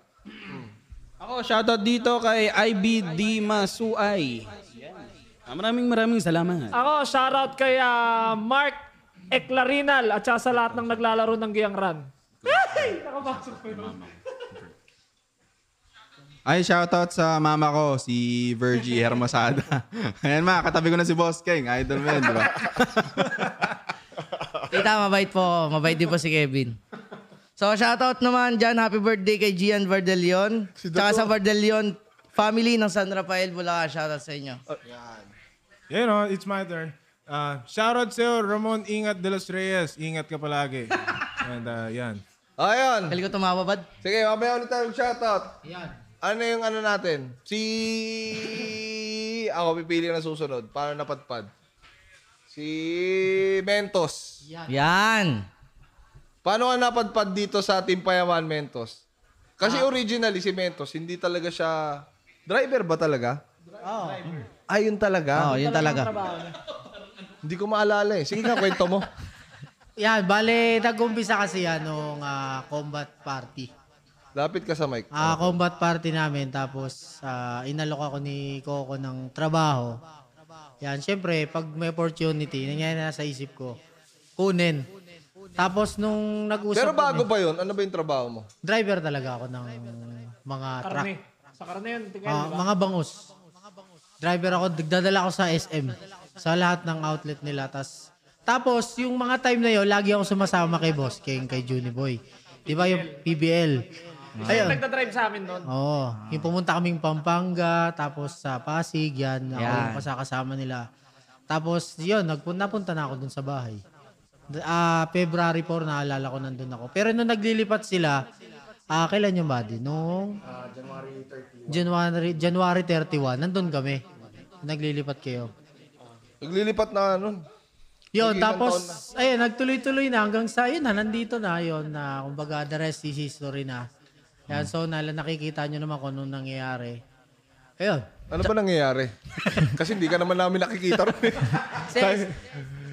Speaker 6: Ako, shoutout dito kay IBD Masuay. Ah, maraming maraming salamat.
Speaker 4: Ako, shoutout kay ah, Mark Eclarinal at saka sa lahat ng naglalaro ng Giyang Run. Hey! Nakapasok ko yun.
Speaker 10: Ay, shoutout sa mama ko, si Virgie Hermosada. Ayan ma, katabi ko na si Boss King. Idol mo yun, di ba?
Speaker 3: Tita, Eh, mabait po. Mabait din po si Kevin. So, shoutout naman dyan. Happy birthday kay Gian Vardelion. Tsaka sa Vardelion family ng San Rafael Bulacan. Shoutout sa inyo.
Speaker 9: You know, oh, it's my turn. Uh, shoutout sa'yo, Ramon Ingat de los Reyes. Ingat ka palagi. And uh, yan.
Speaker 2: Ayun.
Speaker 3: Kali ko tumawa, bad.
Speaker 2: Sige, mamaya ulit tayo shoutout.
Speaker 5: Yan.
Speaker 2: Ano yung ano natin? Si... Ako pipili na susunod para napadpad. Si Mentos.
Speaker 3: Yan.
Speaker 2: Paano ka napadpad dito sa Team Payaman Mentos? Kasi
Speaker 4: Ah.
Speaker 2: originally si Mentos, hindi talaga siya... Driver ba talaga?
Speaker 11: Oh.
Speaker 2: Ah, yun talaga?
Speaker 3: Oo, yun talaga.
Speaker 2: Hindi ko maalala eh. Sige nga, kwento mo.
Speaker 5: Yan, bale, nag-umpisa kasi yan nung ah, combat party.
Speaker 2: Lapit ka sa mic.
Speaker 5: Ah, combat party namin. Tapos, ah, inalok ako ni Coco ng trabaho. Yan, syempre, pag may opportunity, nangyari na sa isip ko, kunin. Tapos, nung nag-usap
Speaker 2: Pero bago
Speaker 5: kami-
Speaker 2: ba yun? Ano ba yung trabaho mo?
Speaker 5: Driver talaga ako ng mga truck.
Speaker 4: Karne. Sa karne yun. Tingnan,
Speaker 5: Ah,
Speaker 4: diba?
Speaker 5: mga bangus. Driver ako, nagdadala ako sa SM. Sa lahat ng outlet nila. Tas, tapos, yung mga time na yun, lagi ako sumasama kay Boss King, kay Juniboy. Di ba yung PBL?
Speaker 2: Ah.
Speaker 5: Ayun.
Speaker 4: Siya yung nagdadrive sa amin noon.
Speaker 5: Oo. Yung pumunta kaming Pampanga, tapos sa Pasig, yan. Ako
Speaker 4: Yan.
Speaker 5: yung kasakasama nila. Tapos, yun, nagpunta punta na ako dun sa bahay. D- Ah, February 4, naalala ko nandun ako. Pero nung naglilipat sila, ah, kailan yung body? Noong January, January 31, nandun kami. Naglilipat kayo.
Speaker 2: Naglilipat na nun.
Speaker 5: Yun,
Speaker 2: Nag-ilang taon na.
Speaker 5: tapos, ayun, nagtuloy-tuloy na hanggang sa, yun na, nandito na, yun na, kumbaga, the rest is history na. Yan,
Speaker 2: Hmm.
Speaker 5: so, nala, nakikita nyo naman kung anong nangyayari. Ayun.
Speaker 2: Ano ba nangyayari? Kasi hindi ka naman namin nakikita ron. eh.
Speaker 3: Pero,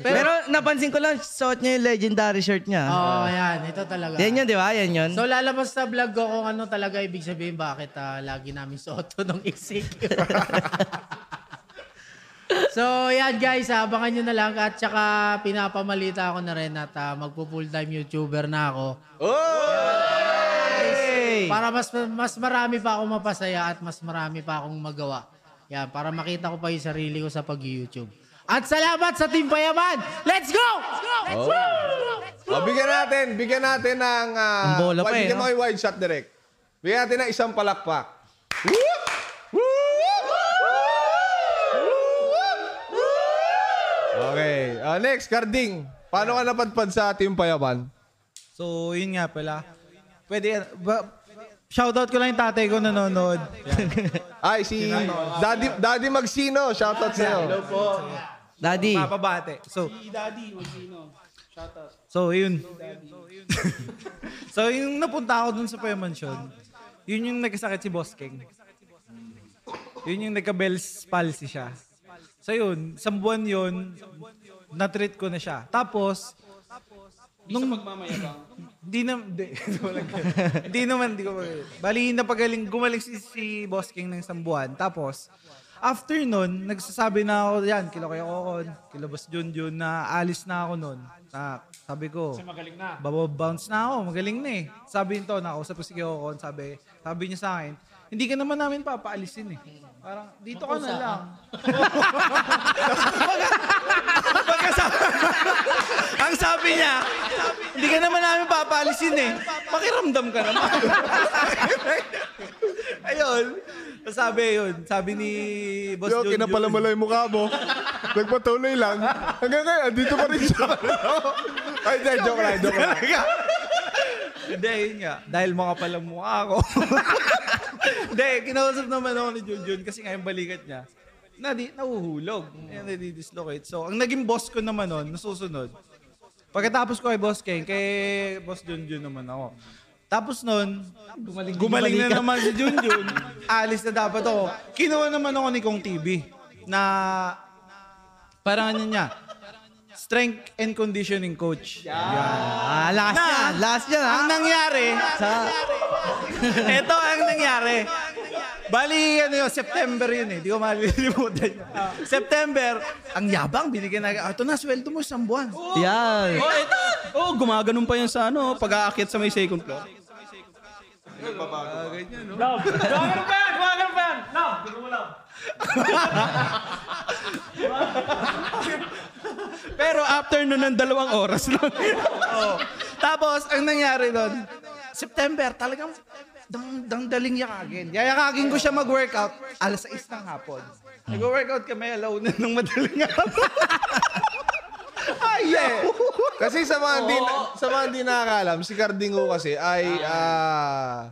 Speaker 3: pero napansin ko lang, suot niya yung legendary shirt niya.
Speaker 5: Oo, yan, ito talaga.
Speaker 3: Ah. Yan yun, di ba? Yan yun.
Speaker 5: So, lalabas sa vlog ko kung ano talaga ibig sabihin bakit ah, lagi namin soto nung isik. so, yan guys, ah, abangan nyo na lang. At saka, pinapamalita ako na rin at ah, magpo-full-time YouTuber na ako.
Speaker 2: Oh!
Speaker 5: Yes! Para mas mas marami pa akong mapasaya at mas marami pa akong magawa. Yan, para makita ko pa yung sarili ko sa pag-YouTube. At salamat sa Team Payaman! Let's go!
Speaker 2: Let's go! O, Oh. bigyan natin, bigyan natin ng... ah,
Speaker 5: Ang bola pa eh,
Speaker 2: wide- Bigyan
Speaker 5: no?
Speaker 2: mo kay wide shot direct. Bigyan natin ng isang palakpak. Whoop! Whoop! Whoop! Okay. Ah, next, Carding. Paano ka napadpad sa Team Payaman?
Speaker 7: So, yun nga pala. Pwede, ba, shoutout ko lang yung tatay ko nanonood.
Speaker 2: Ay, si Daddy, Daddy Magsino. Shoutout sa'yo.
Speaker 7: po.
Speaker 3: Daddy.
Speaker 7: Papabate. So,
Speaker 13: Si Daddy, Wagino. Shoutout.
Speaker 7: so yun.
Speaker 13: Si Daddy.
Speaker 7: So, yung napunta ako dun sa Puyo Mansion, yun yung nagkasakit si Boss King. Yun yung nagka-Bell's palsy siya. So, yun. Isang buwan yun, na-treat ko na siya. Tapos, nung magmamayabang. Di na, di, walang ganun. Di naman, di ko magaling. Bali, napagaling, gumaling si, si Boss King ng isang buwan. Tapos, after nun, nagsasabi na ako yan, kilo kay Kokon, kilo Boss Junjun, na alis na ako nun. Sa, sabi ko,
Speaker 4: Kasi magaling na.
Speaker 7: bounce na ako, magaling na eh. Sabi nito, nakausap ko si kay Kokon, sabi, sabi niya sa akin, hindi ka naman namin papaalisin eh. Parang, dito ka na
Speaker 12: Magkusa ka.
Speaker 7: lang.
Speaker 12: Ang sabi niya,
Speaker 7: Hindi ka naman namin papaalisin eh. Pakiramdam ka naman. Ayun. Sabi yun. Sabi ni Boss
Speaker 2: Yo,
Speaker 7: Junjun.
Speaker 2: kinapala mo lang yung mukha mo. Nagpatuloy lang. Hanggang ngayon, dito pa rin siya. Ay, di, joke lang, joke lang.
Speaker 7: Hindi, yun nga. Dahil mga pala mukha ako. Hindi, kinausap naman ako ni Junjun kasi nga yung balikat niya. Nadi, nahuhulog. Eh, nadidislocate. So, ang naging boss ko naman nun, nasusunod. Pagkatapos ko kay Boss Ken, kay Boss Junjun naman ako. Tapos nun, gumaling, gumaling na
Speaker 12: balikat.
Speaker 7: naman si Junjun. Alis na dapat ako. Kinuha naman ako ni Kong TV na parang ano niya, strength and conditioning coach. Yeah.
Speaker 12: Ah, last yan,
Speaker 7: Last yan, Ang nangyari, sa... Ito ang nangyari. Bali, ano yun, September yun eh. Di ko malilimutan yun. September, ang yabang, binigyan na, ah, ito na, sweldo mo isang buwan.
Speaker 6: Yan. Oh, ito. Oh, gumaganon pa yan sa ano, pag-aakyat sa may second floor.
Speaker 4: Love. Gumagano pa yan! Gumagano pa yan! Love! Gusto mo love.
Speaker 7: Pero after nun ng dalawang oras lang. Oo. Tapos, ang nangyari nun, September, talagang dang, dangdaling yakagin. Yayakagin ko siya mag-workout alas 6 ng hapon. Nag-workout kami alone nung madaling hapon.
Speaker 2: Ay, eh. Kasi sa mga hindi, sa mga hindi nakakalam, si Cardingo kasi ay... ah,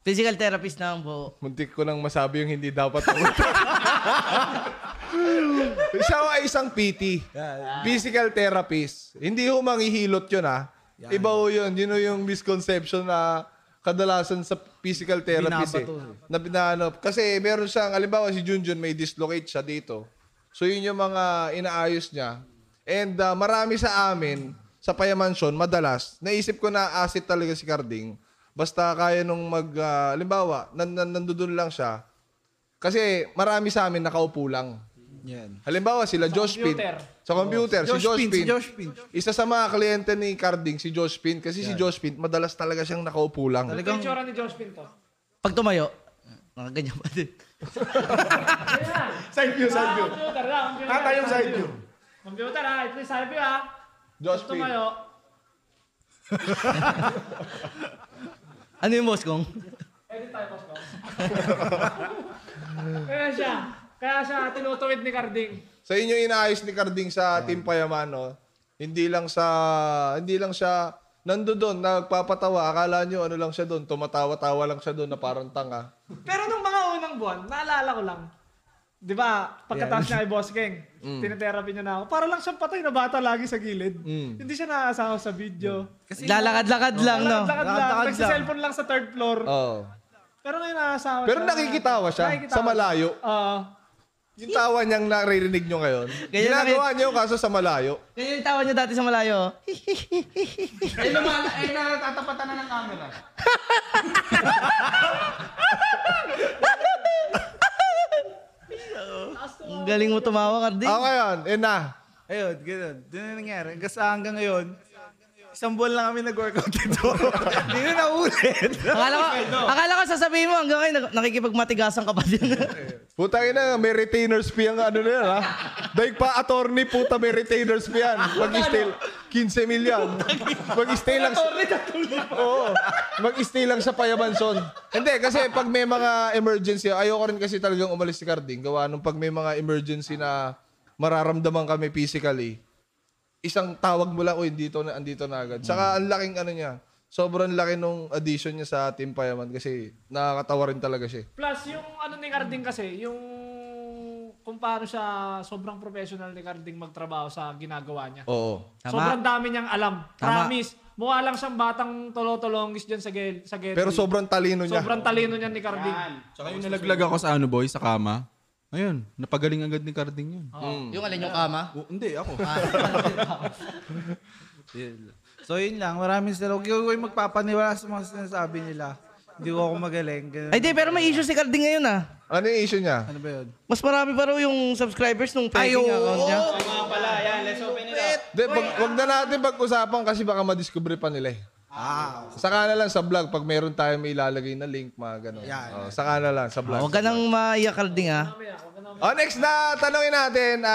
Speaker 3: Physical therapist na ang buo.
Speaker 2: Muntik ko nang masabi yung hindi dapat ako. Siya ho ay isang PT. Physical therapist. Hindi ho manghihilot yun ah. Iba ho yun. Yun ho yung misconception na kadalasan sa physical therapist eh.
Speaker 7: Binabato eh.
Speaker 2: Na, na, ano, kasi meron siyang, alimbawa si Junjun may dislocate siya dito. So yun yung mga inaayos niya. And ah, marami sa amin, sa Paya Mansion, madalas, naisip ko na asset talaga si Carding. Basta kaya nung mag, ah, alimbawa, nan, nan, nandun lang siya. Kasi marami sa amin nakaupo lang.
Speaker 7: Yan.
Speaker 2: Halimbawa sila Joshpin.
Speaker 7: computer.
Speaker 2: Sa computer, si
Speaker 7: Josh Pin,
Speaker 2: Joshpin.
Speaker 7: si Josh Pin.
Speaker 2: Isa sa mga kliyente ni Carding, si Joshpin. Kasi si Joshpin, madalas talaga siyang nakaupo lang.
Speaker 4: Talagang... Yung tsura ni Josh Pinto.
Speaker 3: Pag tumayo, mga ganyan pa din.
Speaker 2: Side view, side view.
Speaker 4: Computer lang. computer,
Speaker 2: Tatay yung side view.
Speaker 4: Computer ha. Ito yung side view ha.
Speaker 2: Josh
Speaker 4: Gusto kayo.
Speaker 3: Ano yung boss kong?
Speaker 4: Edit tayo, boss ko. Kaya siya. Kaya siya tinutuwid ni Carding.
Speaker 2: Sa inyo inaayos ni Carding sa Team Payamano, hindi lang sa hindi lang siya nando doon nagpapatawa. Akala nyo ano lang siya doon, tumatawa-tawa lang siya doon na parang tanga.
Speaker 4: Pero nung mga unang buwan, naalala ko lang. Di ba, pagkatapos
Speaker 2: Yeah.
Speaker 4: niya ay boss gang,
Speaker 2: Mm.
Speaker 4: tinetherapy niya na ako. Para lang siyang patay na bata lagi sa gilid.
Speaker 2: Mm.
Speaker 4: Hindi siya naasawa sa video. Kasi
Speaker 3: Lalakad-lakad lang, no?
Speaker 4: Lalakad-lakad lang.
Speaker 3: Lalakad-lakad lang.
Speaker 4: Nagsiselfone lang sa third floor.
Speaker 2: Oo.
Speaker 4: Pero ngayon naasawa
Speaker 2: Pero nakikitawa siya sa malayo.
Speaker 4: Oo.
Speaker 2: Yung tawa niyang naririnig nyo ngayon. Ginagawa niyo kaso sa malayo.
Speaker 3: Ganyan yung tawa niya dati sa malayo.
Speaker 5: Eh,
Speaker 14: Ay, lumala, ay, natatapatan na ng camera.
Speaker 3: Ang galing mo tumawa, Carding.
Speaker 2: Ah, ngayon, yun na.
Speaker 7: Ayun, ganun. Doon na nangyari. Hanggang sa hanggang ngayon, isang buwan lang kami nag-workout dito. Hindi na naulit.
Speaker 3: akala ko, akala ko sasabihin mo hanggang ngayon nak- nakikipagmatigasan ka pa din.
Speaker 2: Putang ina, may retainers fee ang ano na yan, ha? Daig pa attorney, puta, may retainers fee yan. Mag-stay, 15 million. Mag-stay lang. Oo. Mag-stay lang sa Payamanson. Hindi, kasi pag may mga emergency, ayoko rin kasi talagang umalis si Carding. Gawa nung pag may mga emergency na mararamdaman kami physically, isang tawag mo lang, uy, dito na, andito na agad. Saka ang laking ano niya, sobrang laki nung addition niya sa Team Payaman kasi nakakatawa rin talaga siya. eh.
Speaker 4: Plus, yung ano ni Carding kasi, yung kung paano siya sobrang professional ni Carding magtrabaho sa ginagawa niya.
Speaker 2: Oo. Oh, Tama.
Speaker 4: Sobrang dami niyang alam.
Speaker 2: Tama.
Speaker 4: Promise. Mukha lang siyang batang tolotolongis dyan sa, gel, sa ghetto.
Speaker 2: Pero sobrang talino niya.
Speaker 4: Sobrang talino niya ni Carding.
Speaker 10: Tsaka yung Nalaglag ako sa ano boy, sa kama. Ayun, napagaling agad ni Carding yun.
Speaker 3: Oh.
Speaker 10: Oh,
Speaker 3: Yung alin yung kama?
Speaker 7: Oh,
Speaker 3: Ah.
Speaker 10: hindi, ako.
Speaker 7: So yun lang, maraming salamat. Huwag kayong magpapaniwala sa mga sinasabi nila. Hindi ko ako magaling. Ganun.
Speaker 3: Ay, di, pero may issue si Carding ngayon ah.
Speaker 2: Ano yung issue niya?
Speaker 7: Ano ba yun?
Speaker 3: Mas marami pa raw yung subscribers nung peking account niya.
Speaker 6: pala, yan. Let's open it up.
Speaker 2: De, pag, wag na natin pag-usapan kasi baka madiscover pa nila eh. Ah. Saka na lang sa vlog pag meron tayo may ilalagay na link mga ganun. Oh, saka na lang sa vlog.
Speaker 3: Huwag ka nang maiyak, Carding ah.
Speaker 2: Oh, next na tanongin natin.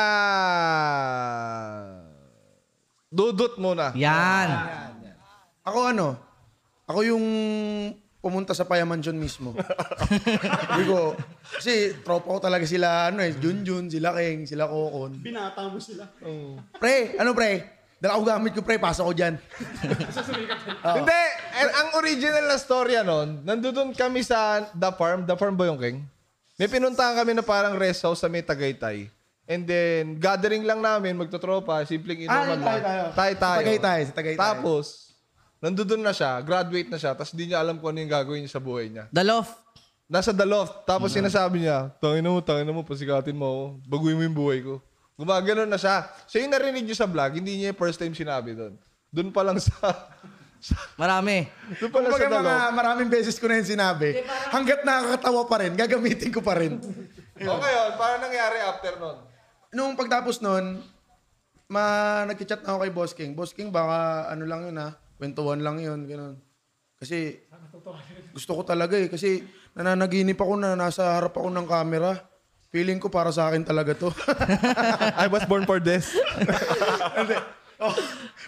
Speaker 2: ah dudut muna.
Speaker 3: Yan.
Speaker 8: Ah, Ako ano? Ako yung pumunta sa Payamansyon mismo. Hindi ko, kasi tropa ko talaga sila, ano eh, Junjun, sila Keng, sila Kokon.
Speaker 13: Binata mo sila. Oo.
Speaker 8: Pre, ano pre? Dala ko gamit ko pre, pasok ko dyan. Oo.
Speaker 2: Hindi, and ang original na storya nun, nandun kami sa The Farm. The Farm ba yung King? May pinuntahan kami na parang rest house sa may Tagaytay. And then, gathering lang namin, magtotropa, simpleng inuman
Speaker 8: tayo, tayo.
Speaker 2: lang. Tayo, tayo.
Speaker 8: Sa oh. Tagaytay, sa Tagaytay.
Speaker 2: Tapos, nandun na siya, graduate na siya, tapos di niya alam kung ano yung gagawin niya sa buhay niya.
Speaker 3: The loft.
Speaker 2: Nasa the loft, tapos sinasabi niya, tangin mo, tangin mo, pasikatin mo ako, baguhin mo yung buhay ko. Gumagano na siya. So yung narinig niyo sa vlog, hindi niya yung first time sinabi doon. Doon pa lang sa...
Speaker 3: Marami.
Speaker 2: Doon pa lang sa
Speaker 8: Kumbaga,
Speaker 2: the
Speaker 8: mga
Speaker 2: loft.
Speaker 8: maraming beses ko na yung sinabi. Hanggat nakakatawa pa rin, gagamitin ko pa rin.
Speaker 2: Okay yun, parang nangyari after nun.
Speaker 8: Nung pagtapos nun, ma nagchat na ako kay Boss King. Boss King, baka ano lang yun ha, kwentuhan lang yun, ganun. Kasi gusto ko talaga eh, kasi nananaginip ako na nasa harap ako ng camera. Feeling ko para sa akin talaga to.
Speaker 2: I was born for this.
Speaker 8: Hindi. Oh,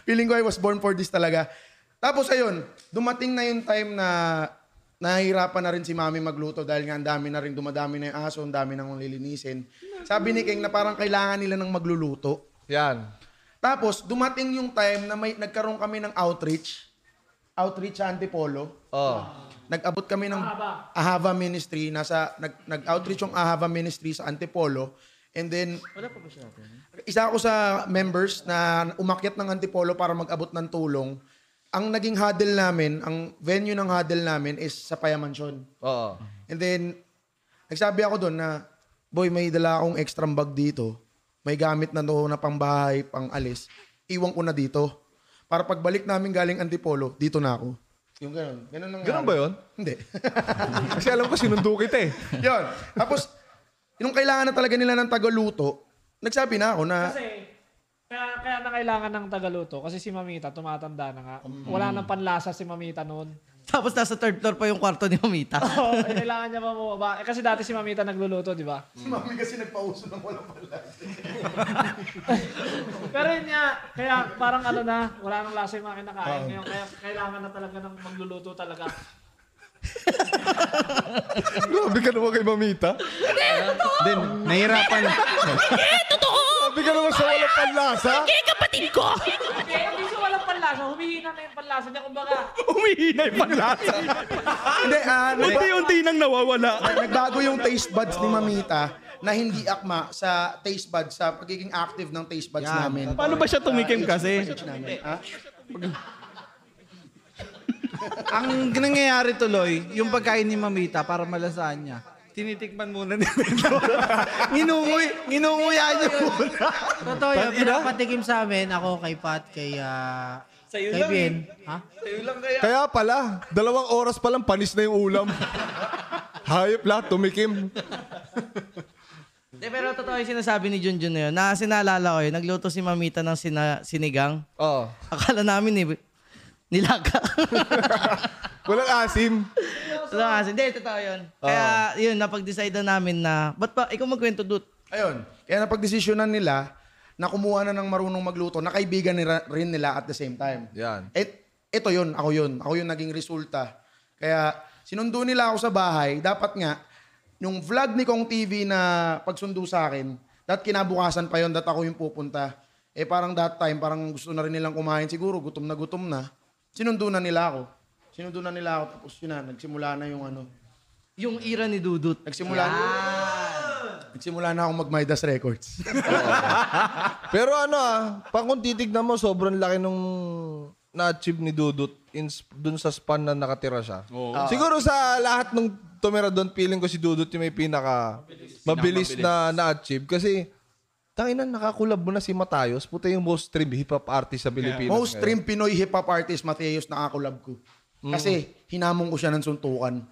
Speaker 8: feeling ko I was born for this talaga. Tapos ayun, dumating na yung time na nahihirapan na rin si mami magluto dahil nga ang dami na rin, dumadami na yung aso, ang dami nang lilinisin. Sabi ni King na parang kailangan nila ng magluluto.
Speaker 2: Yan.
Speaker 8: Tapos dumating yung time na may nagkaroon kami ng outreach. Outreach sa Antipolo.
Speaker 2: Oh.
Speaker 8: Nag-abot kami ng Ahava Ministry. Nasa, nag, nag-outreach yung Ahava Ministry sa Antipolo. And then,
Speaker 13: Wala pa ba siya natin?
Speaker 8: isa ako sa members na umakyat ng Antipolo para mag-abot ng tulong. Ang naging huddle namin, ang venue ng huddle namin is sa Paya Mansion.
Speaker 2: Oo.
Speaker 8: And then, nagsabi ako doon na, boy, may dala akong extra bag dito. May gamit na to na pambahay, pang alis. Iwan ko na dito. Para pagbalik namin galing Antipolo, dito na ako. Yung ganun. Ganun lang.
Speaker 2: Ganun ba yun?
Speaker 8: Hindi.
Speaker 2: Kasi alam ko sinundo kita eh.
Speaker 8: Yun. Tapos, yung kailangan na talaga nila ng tagaluto, nagsabi na ako na,
Speaker 4: Kasi, kaya, kaya na kailangan ng tagaluto kasi si Mamita tumatanda na nga. Wala
Speaker 2: Mm.
Speaker 4: nang panlasa si Mamita noon.
Speaker 3: Tapos nasa third floor pa yung kwarto ni Mamita.
Speaker 4: Oo, eh, kailangan niya pa bumaba. Eh, kasi dati si Mamita nagluluto, di ba?
Speaker 10: Mm.
Speaker 8: Si Mami kasi nagpauso ng walang palagi.
Speaker 4: Pero yun nga, kaya parang ano na, wala nang lasa yung mga kinakain
Speaker 8: Oo.
Speaker 4: ngayon. Kaya kailangan na talaga ng magluluto talaga.
Speaker 2: Grabe ka naman kay Mamita. Hindi,
Speaker 10: totoo. Then, nahirapan.
Speaker 2: Hindi, totoo. Grabe ka naman sa walang panlasa.
Speaker 4: Hindi, kapatid ko! Hindi, hindi siya walang panlasa. Humihina na yung panlasa niya. Kumbaga,
Speaker 12: Umihina yung panlasa.
Speaker 8: Hindi, ah, nagba-
Speaker 3: diba?
Speaker 12: Unti-unti nang nawawala.
Speaker 8: Nagbago yung taste buds ni Mamita na hindi akma sa taste buds, sa pagiging active ng taste buds
Speaker 12: Yan.
Speaker 8: namin.
Speaker 12: Paano ba siya tumikim
Speaker 8: Sa
Speaker 12: kasi?
Speaker 8: age- age namin, ha?
Speaker 7: Ang nangyayari tuloy, yung pagkain ni Mamita para malasaan niya, tinitikman muna ni Bento. nginunguy, nginunguya niya muna.
Speaker 5: Totoo yun. Pinapatikim sa amin, ako kay Pat, kay, ah,
Speaker 7: Sa'yo
Speaker 5: kay
Speaker 7: lang eh.
Speaker 5: Ben. Ha?
Speaker 2: Kaya pala, dalawang oras pa lang panis na yung ulam. Hayop lahat, tumikim.
Speaker 3: De, pero totoo yung sinasabi ni Junjun na yun. Na sinalala ko yun, nagluto si Mamita ng sina- sinigang.
Speaker 2: Oo.
Speaker 3: Akala namin eh, nilaga.
Speaker 2: Walang asim.
Speaker 3: Walang asim. Hindi, totoo yun. Kaya yun, napag-decide na namin na, ba't pa, ikaw magkwento, Dut.
Speaker 8: Ah? Ayun. Kaya napagdesisyonan nila na kumuha na ng marunong magluto na kaibigan nila, rin nila at the same time.
Speaker 2: Yan.
Speaker 8: Et, ito yun, ako yun. Ako yung naging resulta. Kaya sinundo nila ako sa bahay. Dapat nga, yung vlog ni Kong TV na pagsundo sa akin, dat kinabukasan pa yun, dat ako yung pupunta. Eh parang that time, parang gusto na rin nilang kumain siguro, gutom na gutom na. Sinundo na nila ako. Sinundo na nila ako, tapos yun na, nagsimula na yung ano.
Speaker 3: Yung ira ni Dudut. Ah.
Speaker 8: Nagsimula na. Nagsimula na akong mag-Midas Records.
Speaker 2: Pero ano ah, pang kung titignan mo, sobrang laki nung na-achieve ni Dudut in, dun sa span na nakatira siya.
Speaker 12: Oo.
Speaker 2: Siguro sa lahat nung tumira doon, feeling ko si Dudut yung may pinaka mabilis, na na-achieve. Kasi, tanginan, nakakulab mo na si Matayos. Puta yung most stream hip-hop artist sa Pilipinas.
Speaker 8: Most
Speaker 2: ngayon. Mm.
Speaker 8: stream Pinoy hip-hop artist, Mateus, nakakulab ko. Kasi hinamon ko siya ng suntukan.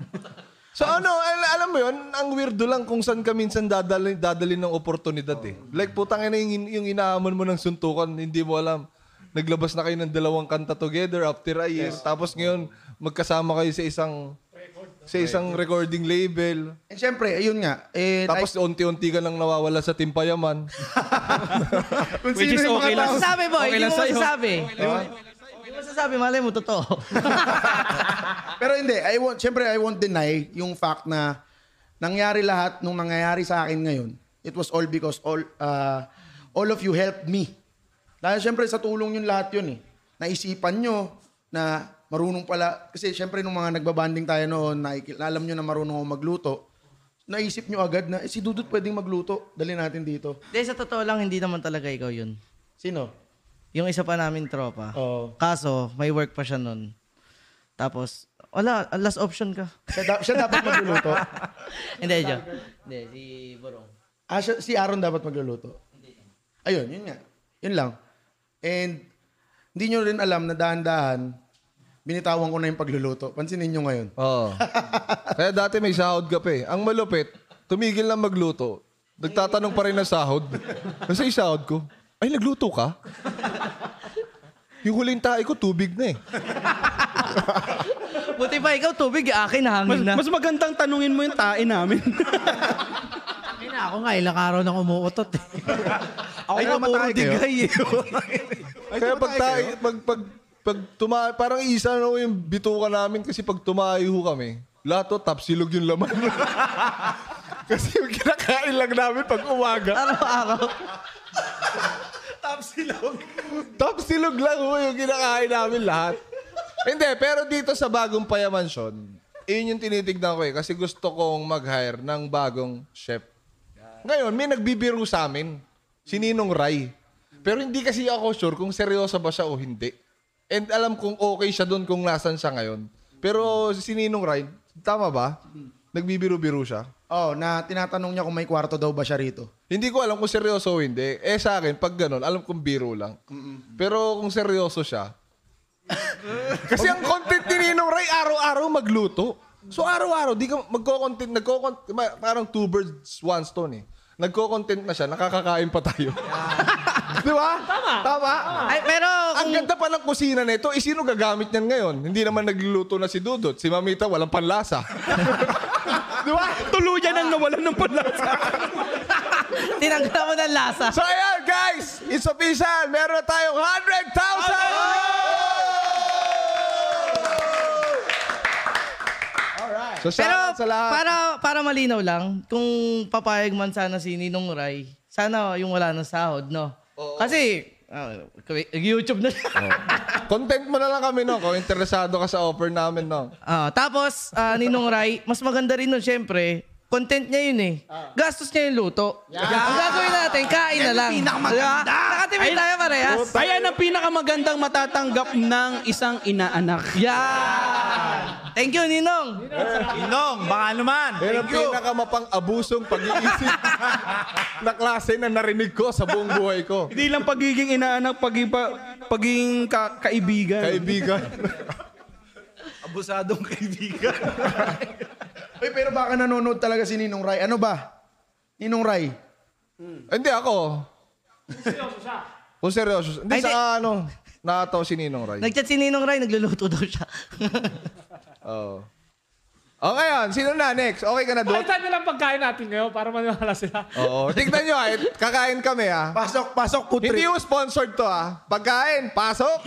Speaker 2: So ano, al- alam mo yun, ang weirdo lang kung saan ka minsan dadalin, dadalin ng oportunidad eh. Like putang ina yung, in- yung inaamon mo ng suntukan, hindi mo alam. Naglabas na kayo ng dalawang kanta together after a year. Tapos ngayon, magkasama kayo sa isang sa isang recording label.
Speaker 8: And syempre, ayun nga. Eh,
Speaker 2: Tapos unti-unti ka nang nawawala sa timpayaman.
Speaker 8: Which is
Speaker 3: okay lang. Masasabi mo,
Speaker 2: Okay
Speaker 3: hindi
Speaker 2: lang
Speaker 3: mo
Speaker 2: sa'yo.
Speaker 3: masasabi.
Speaker 2: Okay lang
Speaker 3: Hindi mo masasabi, malay mo, totoo.
Speaker 8: Pero hindi, I won't, syempre I won't deny yung fact na nangyari lahat nung nangyayari sa akin ngayon. It was all because all uh, all of you helped me. Dahil syempre sa tulong yun lahat yun eh. Naisipan nyo na marunong pala. Kasi syempre nung mga nagbabanding tayo noon, na, alam nyo na marunong ako magluto. Naisip nyo agad na, eh si Dudut pwedeng magluto. Dali natin dito.
Speaker 3: Hindi, sa totoo lang, hindi naman talaga ikaw yun.
Speaker 8: Sino?
Speaker 3: Yung isa pa namin tropa. Kaso, may work pa siya nun. Tapos, wala, ang last option ka.
Speaker 8: Siya, da- siya dapat magluluto?
Speaker 3: hindi, Jo. Hindi, si Borong.
Speaker 8: Ah, siya- si Aaron dapat magluluto. Ayun, yun nga. Yun lang. And hindi nyo rin alam na dahan-dahan, binitawan ko na yung pagluluto. Pansinin nyo ngayon.
Speaker 2: Oo. Kaya dati may sahod ka pa eh. Ang malupit, tumigil lang magluto. Nagtatanong pa rin ng sahod. Kasi yung sahod ko, ay nagluto ka? Yung huling tae ko, tubig na eh.
Speaker 3: Buti pa ikaw, tubig, eh, akin, hangin na.
Speaker 6: Mas magandang tanungin mo yung tae namin.
Speaker 5: Ay na, ako nga, ilang araw nang umuutot. eh.
Speaker 6: Ako
Speaker 5: Ay,
Speaker 6: nga,
Speaker 5: tumatay
Speaker 6: puro
Speaker 5: kayo?
Speaker 6: digay eh.
Speaker 2: Kaya pag tae, pag, pag, pag tuma- parang isa na ho yung bituka namin kasi pag tumayo ho kami, lahat to tapsilog yung laman. kasi yung kinakain lang namin pag umaga.
Speaker 6: Ano,
Speaker 3: Araw-araw.
Speaker 2: Top silog. Top silog lang ho yung kinakain namin lahat. Hindi, pero dito sa bagong payamansyon, yun yung tinitignan ko eh. Kasi gusto kong mag-hire ng bagong chef. Ngayon, may nagbibiro sa amin. Si Ninong Ray. Pero hindi kasi ako sure kung seryoso ba siya o hindi. And alam kong okay siya doon kung nasan siya ngayon. Pero si Ninong Ray, tama ba? Nagbibiro-biro siya.
Speaker 8: Oh, na tinatanong niya kung may kwarto daw ba siya rito.
Speaker 2: Hindi ko alam kung seryoso o hindi. Eh sa akin, pag ganun, alam kong biro lang. Pero kung seryoso siya, kasi ang content ni Ninong Ray, araw-araw magluto. So araw-araw, di ka magko-content, nagko-content, ma- parang two birds, one stone eh. Nagko-content na siya, nakakakain pa tayo. Di ba? Tama. Tama.
Speaker 3: Ay, pero
Speaker 2: Ang ganda pa ng kusina nito, eh sino gagamit niyan ngayon? Hindi naman nagluluto na si Dudot. Si Mamita, walang panlasa. Di ba? Tuluyan ang nawalan ng panlasa.
Speaker 3: Tinanggal mo ng lasa.
Speaker 2: So ayan, guys, it's official. Meron na tayong 100,000! So, shoutout sa lahat.
Speaker 3: Para, para malinaw lang, kung papayag man sana si Ninong Ray, sana yung wala ng sahod, no? Kasi, ah, YouTube na lang.
Speaker 2: Content mo na lang kami, no? Kung interesado ka sa offer namin, no?
Speaker 3: Ah, tapos, ah, Ninong Ray, mas maganda rin nun, syempre, content niya yun eh.
Speaker 2: Ah.
Speaker 3: Gastos niya yung luto. Ang gagawin natin, kain na lang. Diba? Nakatipid tayo parehas.
Speaker 6: Ayan ang pinakamagandang matatanggap ng isang inaanak.
Speaker 3: Yeah! Thank you, Ninong!
Speaker 2: Inong, baka naman. Pero pinakamapang-abusong pag-iisip na klase na narinig ko sa buong buhay ko.
Speaker 6: Hindi lang pagiging inaanak, pagiging, pa- pagiging ka- kaibigan.
Speaker 2: Kaibigan.
Speaker 7: Abusadong kaibigan.
Speaker 8: Uy, pero baka nanonood talaga si Ninong Ray. Ano ba? Ninong Ray.
Speaker 2: Hindi ako. Kung seryoso. Hindi
Speaker 3: Ay, di-
Speaker 2: sa ano, nakataw si Ninong Ray.
Speaker 3: Nagchat si Ninong Ray, nagluluto daw siya.
Speaker 2: Oo. Oh. O ngayon, sino na next? Okay ka na doon?
Speaker 4: Palitan nyo lang pagkain natin ngayon para maniwala sila.
Speaker 2: Oo. Tignan nyo, ah. kakain kami ah.
Speaker 8: Pasok, pasok, putri.
Speaker 2: Hindi yung sponsored to ah. Pagkain, pasok.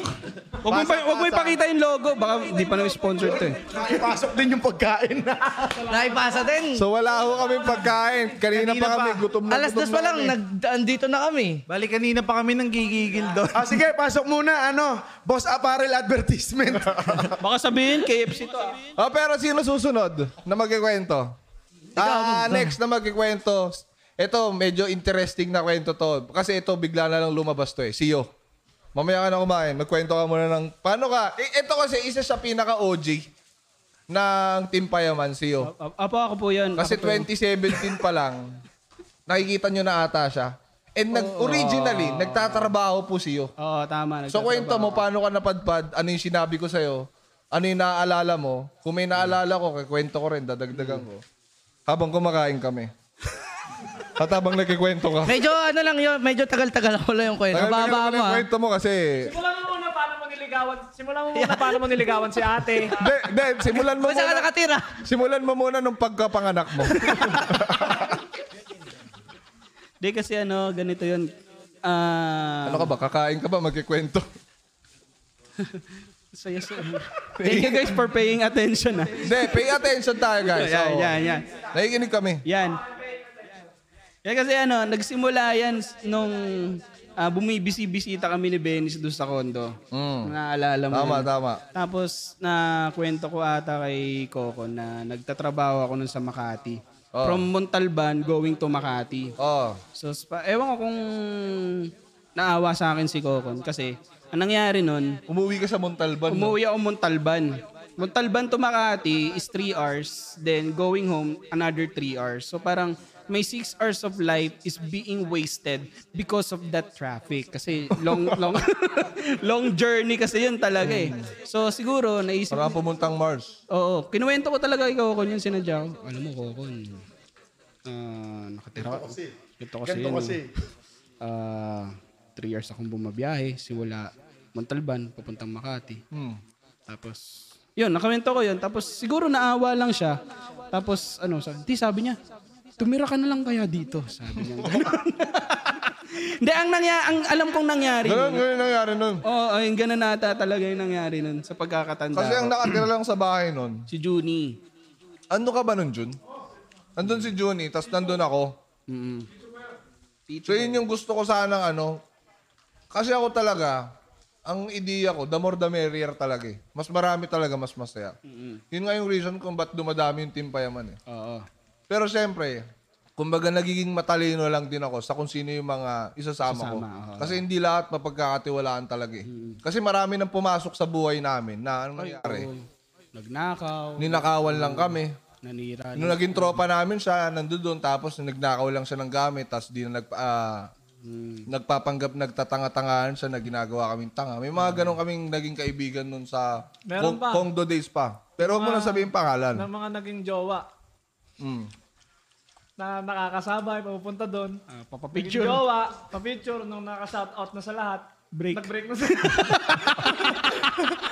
Speaker 6: Huwag mo, pa- huwag mo ipakita yung logo, baka di pa namin sponsored to eh.
Speaker 8: Pasok din yung pagkain.
Speaker 3: Naipasa din.
Speaker 2: So wala ho kami pagkain. Kanina, pa kami, gutom na
Speaker 3: Alas
Speaker 2: gutom
Speaker 3: dos pa
Speaker 2: na
Speaker 3: lang,
Speaker 2: kami.
Speaker 3: nagdaan dito na kami.
Speaker 7: Bali, kanina pa kami nang gigigil doon.
Speaker 8: Ah, sige, pasok muna. Ano? Boss Apparel Advertisement.
Speaker 6: Baka sabihin, KFC to. ah.
Speaker 2: Oh, pero sino susunod na magkikwento? Ah,
Speaker 6: ano?
Speaker 2: next na magkikwento. Ito, medyo interesting na kwento to. Kasi ito, bigla na lang lumabas to eh. Siyo. Mamaya ka na kumain. Magkwento ka muna ng... Paano ka? Eh, ito kasi isa sa pinaka-OG ng Team Payaman, Siyo.
Speaker 6: Apo, ako po yun.
Speaker 2: Kasi 2017 pa lang, nakikita nyo na ata siya. And nag, originally, nagtatrabaho po siyo.
Speaker 6: Oo, tama.
Speaker 2: So kwento mo, paano ka napadpad? Ano yung sinabi ko sa'yo? ano yung naaalala mo. Kung may naalala ko, kikwento ko rin, dadagdagan ko. Habang kumakain kami. At habang nagkikwento ka.
Speaker 3: Medyo ano lang yun, medyo tagal-tagal ako lang yung kwento.
Speaker 2: Tagal-tagal
Speaker 3: Baba
Speaker 2: ako
Speaker 3: mo
Speaker 2: lang
Speaker 3: ah.
Speaker 2: kwento mo kasi.
Speaker 4: Simulan mo muna paano mo niligawan. Simulan mo muna paano mo niligawan si ate.
Speaker 2: Hindi, hindi, simulan mo
Speaker 4: Kung saan ka
Speaker 3: nakatira?
Speaker 2: Simulan mo muna nung pagkapanganak mo.
Speaker 6: Di kasi ano, ganito yun. Ah,
Speaker 2: ano ka ba? Kakain ka ba? Magkikwento.
Speaker 6: saya sa Thank you guys for paying attention ah.
Speaker 2: Hindi, pay attention tayo guys.
Speaker 6: Yan,
Speaker 2: Oo.
Speaker 6: yan, yan.
Speaker 2: Nakikinig kami.
Speaker 6: Yan. Yan kasi ano, nagsimula yan s- nung ah, bumibisi-bisita kami ni Benis doon sa kondo. Naaalala mo.
Speaker 2: Mm. Tama,
Speaker 6: yun.
Speaker 2: tama.
Speaker 6: Tapos na kwento ko ata kay Coco na nagtatrabaho ako nun sa Makati.
Speaker 2: Oh.
Speaker 6: From Montalban going to Makati.
Speaker 2: Oh.
Speaker 6: So, spa- ewan ko kung naawa sa akin si Coco kasi ang nangyari nun...
Speaker 2: Umuwi ka sa Montalban.
Speaker 6: Umuwi ako Montalban. Montalban to Makati is 3 hours. Then going home, another 3 hours. So parang may 6 hours of life is being wasted because of that traffic. Kasi long, long, long journey kasi yun talaga eh. So siguro naisip...
Speaker 2: Parang pumuntang Mars.
Speaker 6: Oo. Kinuwento ko talaga kay Kokon yung sinadya ko. Alam mo, Kokon, ah, nakatira ko. Ganito kasi.
Speaker 8: Ganito
Speaker 6: yun,
Speaker 8: kasi.
Speaker 6: oh. Ah, three years akong bumabiyahe. Simula Montalban, papuntang Makati.
Speaker 2: Hmm.
Speaker 6: Tapos, yun, nakamento ko yun. Tapos, siguro naawa lang siya. Tapos, ano, sabi, "Di," sabi niya, tumira ka na lang kaya dito. Sabi niya, ganun. Hindi, ang, nangya, ang alam kong nangyari.
Speaker 2: Ganun, ganun nangyari nun.
Speaker 6: Oo, oh, yung ganun na ata talaga yung nangyari nun sa pagkakatanda
Speaker 2: Kasi
Speaker 6: ko.
Speaker 2: ang nakatira lang sa bahay nun.
Speaker 6: Si Juni.
Speaker 2: Ano ka ba nun, Jun? Andun si Juni, tas nandun ako.
Speaker 6: Mm-hmm.
Speaker 2: So yun yung gusto ko sanang ano. Kasi ako talaga, ang ideya ko, the more the merrier talaga eh. Mas marami talaga, mas masaya. Yun nga yung reason kung ba't dumadami yung team payaman eh.
Speaker 6: Oo.
Speaker 2: Pero syempre, kumbaga nagiging matalino lang din ako sa kung sino yung mga isasama ko.
Speaker 6: Isasama, oo.
Speaker 2: Kasi hindi lahat mapagkakatiwalaan talaga eh. Kasi marami nang pumasok sa buhay namin na ano nangyari.
Speaker 6: Nagnakaw.
Speaker 2: Ninakawan lang kami.
Speaker 6: Nanira.
Speaker 2: Nung naging tropa namin siya, nandun doon, tapos nagnakaw lang siya ng gamit, tapos di na nag, ah,
Speaker 6: Hmm.
Speaker 2: nagpapanggap, nagtatanga-tangahan siya na ginagawa kaming tanga. May
Speaker 6: Hmm.
Speaker 2: mga ganun kaming naging kaibigan nun sa
Speaker 4: Meron
Speaker 2: Kong-
Speaker 4: pa.
Speaker 2: Kongdo days pa. Pero huwag mo
Speaker 4: Mga-
Speaker 2: na
Speaker 6: Ah.
Speaker 2: sabihin
Speaker 4: Ng
Speaker 2: pangalan.
Speaker 4: mga naging jowa
Speaker 2: Mm.
Speaker 4: na nakakasabay, papupunta doon.
Speaker 6: Ah, papapicture.
Speaker 4: Naging jowa, papicture, nung nakashout out na sa lahat. Break. Nag-break na sila.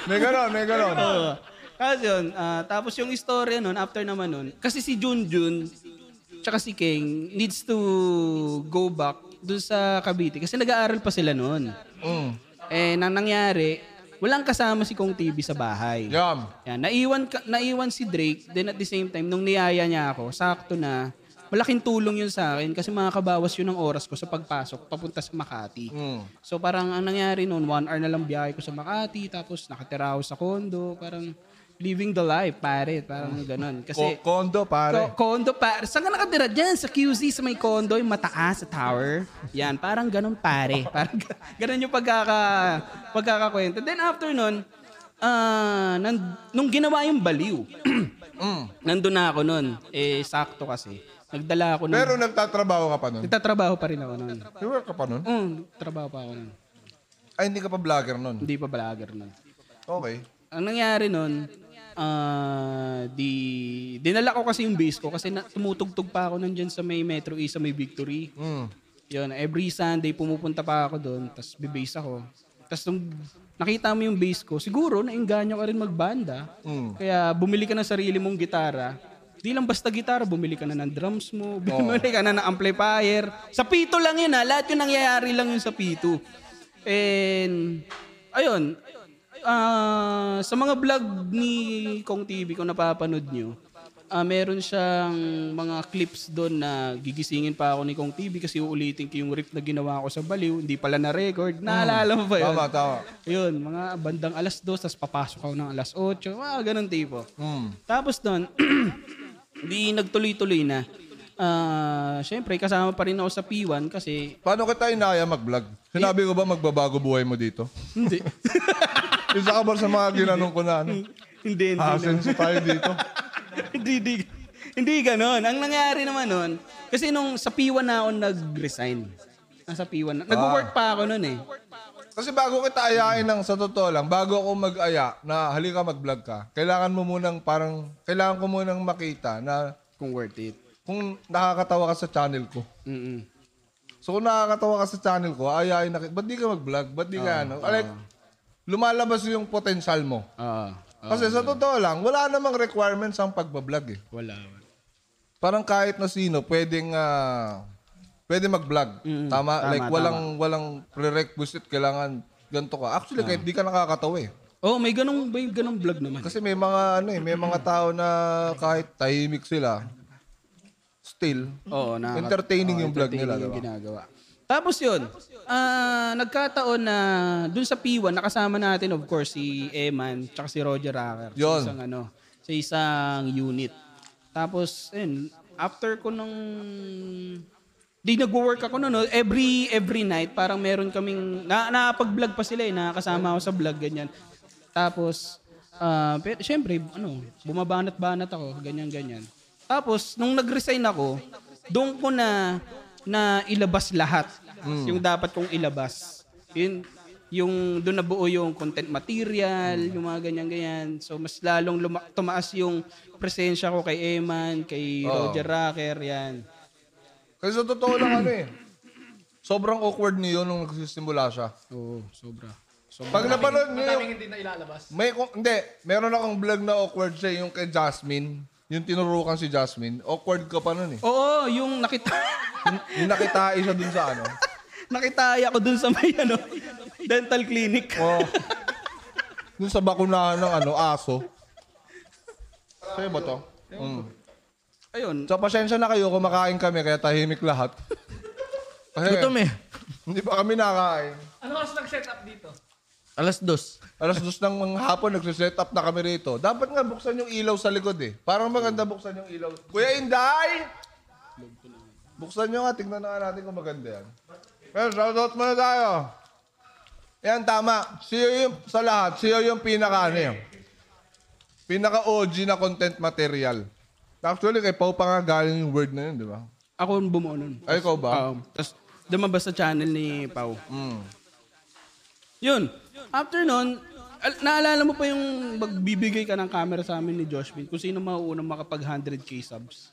Speaker 2: May ganon, may ganon.
Speaker 6: Oo. Tapos yun, ah, tapos yung istorya nun, after naman nun, kasi si Junjun, tsaka si King, needs to go back dun sa Cavite. Kasi nag-aaral pa sila nun.
Speaker 11: Mm.
Speaker 2: Mm,
Speaker 6: Eh, nang nangyari, walang kasama si Kong TV sa bahay.
Speaker 2: Yum.
Speaker 6: Yan, naiwan, ka- naiwan si Drake, then at the same time, nung niyaya niya ako, sakto na, malaking tulong yun sa akin kasi makakabawas yun ng oras ko sa pagpasok papunta sa Makati.
Speaker 2: Hmm.
Speaker 6: So parang ang nangyari noon, one hour na lang biyahe ko sa Makati, tapos nakatira ako sa condo, parang living the life, pare. Parang ganun. Kasi,
Speaker 2: Ko- kondo, pare.
Speaker 6: Ko- kondo, pare. Saan ka nakatira? Diyan, sa QZ, sa may kondo, yung mataas, sa tower. Yan, parang ganun, pare. Parang ga- ganun yung pagkaka, pagkakakwento. Then after nun, ah, nan- nung ginawa yung baliw,
Speaker 2: Mm.
Speaker 6: nandun na ako nun. Eh, sakto kasi. Nagdala ako nun.
Speaker 2: Pero nagtatrabaho ka pa nun?
Speaker 6: Nagtatrabaho pa rin ako nun.
Speaker 2: May work ka pa nun?
Speaker 6: Mm, trabaho pa ako nun.
Speaker 2: Ay, hindi ka pa vlogger nun?
Speaker 6: Hindi pa vlogger nun.
Speaker 2: Okay.
Speaker 6: Ang nangyari nun, ah, di, dinala ko kasi yung base ko kasi na, tumutugtog pa ako nandyan sa may Metro East, sa may Victory. Yun, every Sunday pumupunta pa ako doon, tapos bibase ako. Tapos nung nakita mo yung base ko, siguro nainganyo ka rin magbanda.
Speaker 7: Hmm.
Speaker 6: Kaya bumili ka ng sarili mong gitara. Di lang basta gitara, bumili ka na ng drums mo, bumili ka na ng amplifier. Sa pito lang yun ha, lahat yung nangyayari lang yun sa pito. And, ayun, ah, sa mga vlog ni Kong TV kung napapanood nyo, ah, meron siyang mga clips doon na gigisingin pa ako ni Kong TV kasi uulitin ko yung riff na ginawa ko sa baliw, hindi pala na-record. Naalala mo ba yun?
Speaker 2: Tama, tama.
Speaker 6: Yun, mga bandang alas 2, tapos papasok ako ng alas 8, mga ganun tipo.
Speaker 2: Hmm.
Speaker 6: Tapos doon, di nagtuloy-tuloy na. Ah, Siyempre, kasama pa rin ako sa P1 kasi
Speaker 2: Paano kita inaya mag-vlog? Sinabi ko ba magbabago buhay mo dito?
Speaker 6: Hindi.
Speaker 2: Isa ka ba sa mga ginanong ko na ano?
Speaker 6: Hindi, hindi.
Speaker 2: Asenso tayo dito.
Speaker 6: hindi, hindi. Hindi ganun. Ang nangyari naman nun, kasi nung sa P1 na ako nag-resign. Nasa P1 na. Nag-work pa ako nun eh.
Speaker 2: Ah. Kasi bago kita ayain ng sa totoo lang, bago ako mag-aya na halika mag-vlog ka, kailangan mo munang parang, kailangan ko munang makita na
Speaker 6: kung worth it.
Speaker 2: Kung nakakatawa ka sa channel ko.
Speaker 6: Mm-mm.
Speaker 2: So kung nakakatawa ka sa channel ko, ayain na, ki- ba't di ka mag-vlog? Ba't di ka
Speaker 6: Ah,
Speaker 2: ano?
Speaker 6: ah.
Speaker 2: like, lumalabas yung potential mo.
Speaker 6: Ah. ah,
Speaker 2: Kasi sa totoo lang, wala namang requirements ang pagbablog eh.
Speaker 6: Wala.
Speaker 2: Parang kahit na sino, pwedeng ah, pwede mag-vlog. Tama,
Speaker 6: tama,
Speaker 2: like walang walang prerequisite kailangan ganito ka. Actually,
Speaker 6: Ah.
Speaker 2: kahit di ka nakakatawa eh.
Speaker 6: Oh, may ganong may ganong vlog naman.
Speaker 2: Kasi may mga ano eh, may mga tao na kahit tahimik sila, still
Speaker 6: Oo, nakaka-
Speaker 2: entertaining
Speaker 6: oo,
Speaker 2: yung vlog nila,
Speaker 6: entertaining yung
Speaker 2: diba?
Speaker 6: ginagawa. Tapos yun, ah, nagkataon na dun sa P1, nakasama natin of course si Eman tsaka si Roger Racker.
Speaker 2: Yun.
Speaker 6: Sa isang, ano, sa isang unit. Tapos, ayun, after ko nung... Di nag-work ako noon, no? every every night parang meron kaming na nakapag-vlog pa sila eh, nakakasama ako sa vlog ganyan. Tapos ah pero syempre ano, bumabanat-banat ako, ganyan ganyan. Tapos nung nag-resign ako, doon ko na na ilabas lahat
Speaker 7: Mm.
Speaker 6: yung dapat kong ilabas. Yun yung doon nabuo yung content material, yung mga ganyan-ganyan. So mas lalong luma- tumaas yung presensya ko kay Eman, kay
Speaker 2: Oo.
Speaker 6: Roger Racker, yan.
Speaker 2: Kasi sa totoo lang ano eh. Sobrang awkward niyo nung nagsisimula siya. Oo, sobra. Pag napanood niyo yung...
Speaker 12: Madaming hindi na ilalabas.
Speaker 2: May, kung, hindi, meron akong vlog na awkward siya, yung kay Jasmine. Yung tinurukan si Jasmine. Awkward ka pa nun eh.
Speaker 6: Oo, yung nakita...
Speaker 2: yung nakita isa dun sa ano.
Speaker 6: Nakitaya ko dun sa may ano, dental clinic.
Speaker 2: Oo. dun sa bakunahan ng ano, aso. Sa'yo ba to? Mm.
Speaker 6: Ayun.
Speaker 2: So, pasensya na kayo, kumakain kami, kaya tahimik lahat. Kasi,
Speaker 4: Gutom eh.
Speaker 2: Hindi pa kami nakain.
Speaker 4: Ano mas nag-set up dito?
Speaker 2: Alas dos. Alas dos ng mga hapon, nagsiset up na kami rito. Dapat nga buksan yung ilaw sa likod eh. Parang maganda buksan yung ilaw. Kuya Inday! Buksan nyo nga, tignan na nga natin kung maganda yan. Pero shoutout muna tayo. Yan, tama. Siyo yung, sa lahat, siyo yung pinaka ano yun. Pinaka OG na content material. Actually, kay Pau pa nga galing yung word na yun, di ba?
Speaker 6: Ako yung bumuo nun.
Speaker 2: Ay, ikaw ba?
Speaker 6: Um, Tapos dumabas sa channel ni Pau.
Speaker 2: Mm.
Speaker 6: Yun. After nun, al- naalala mo pa yung magbibigay ka ng camera sa amin ni Joshvin kung sino mauunang makapag 100k subs.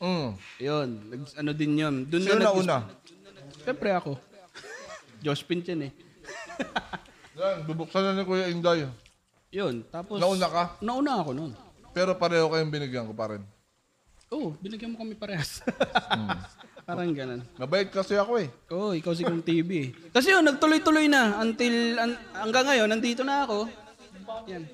Speaker 2: Mm.
Speaker 6: Yun. Nag- ano din yun. Dun
Speaker 2: Sino
Speaker 6: nag-
Speaker 2: nauna?
Speaker 6: Siyempre ako. Joshvin yan eh.
Speaker 2: Yan, bubuksan na ni Kuya Inday. ah.
Speaker 6: Yun. Tapos...
Speaker 2: Nauna ka?
Speaker 6: Nauna ako nun.
Speaker 2: Pero pareho kayong binigyan ko pa rin. Hmm.
Speaker 6: Oo, oh, binigyan mo kami parehas. Parang ganun.
Speaker 2: Mabait kasi ako eh.
Speaker 6: Oo, ikaw si Kung TV eh. Kasi yun, nagtuloy-tuloy na until an- hanggang ngayon, nandito na ako. Yan.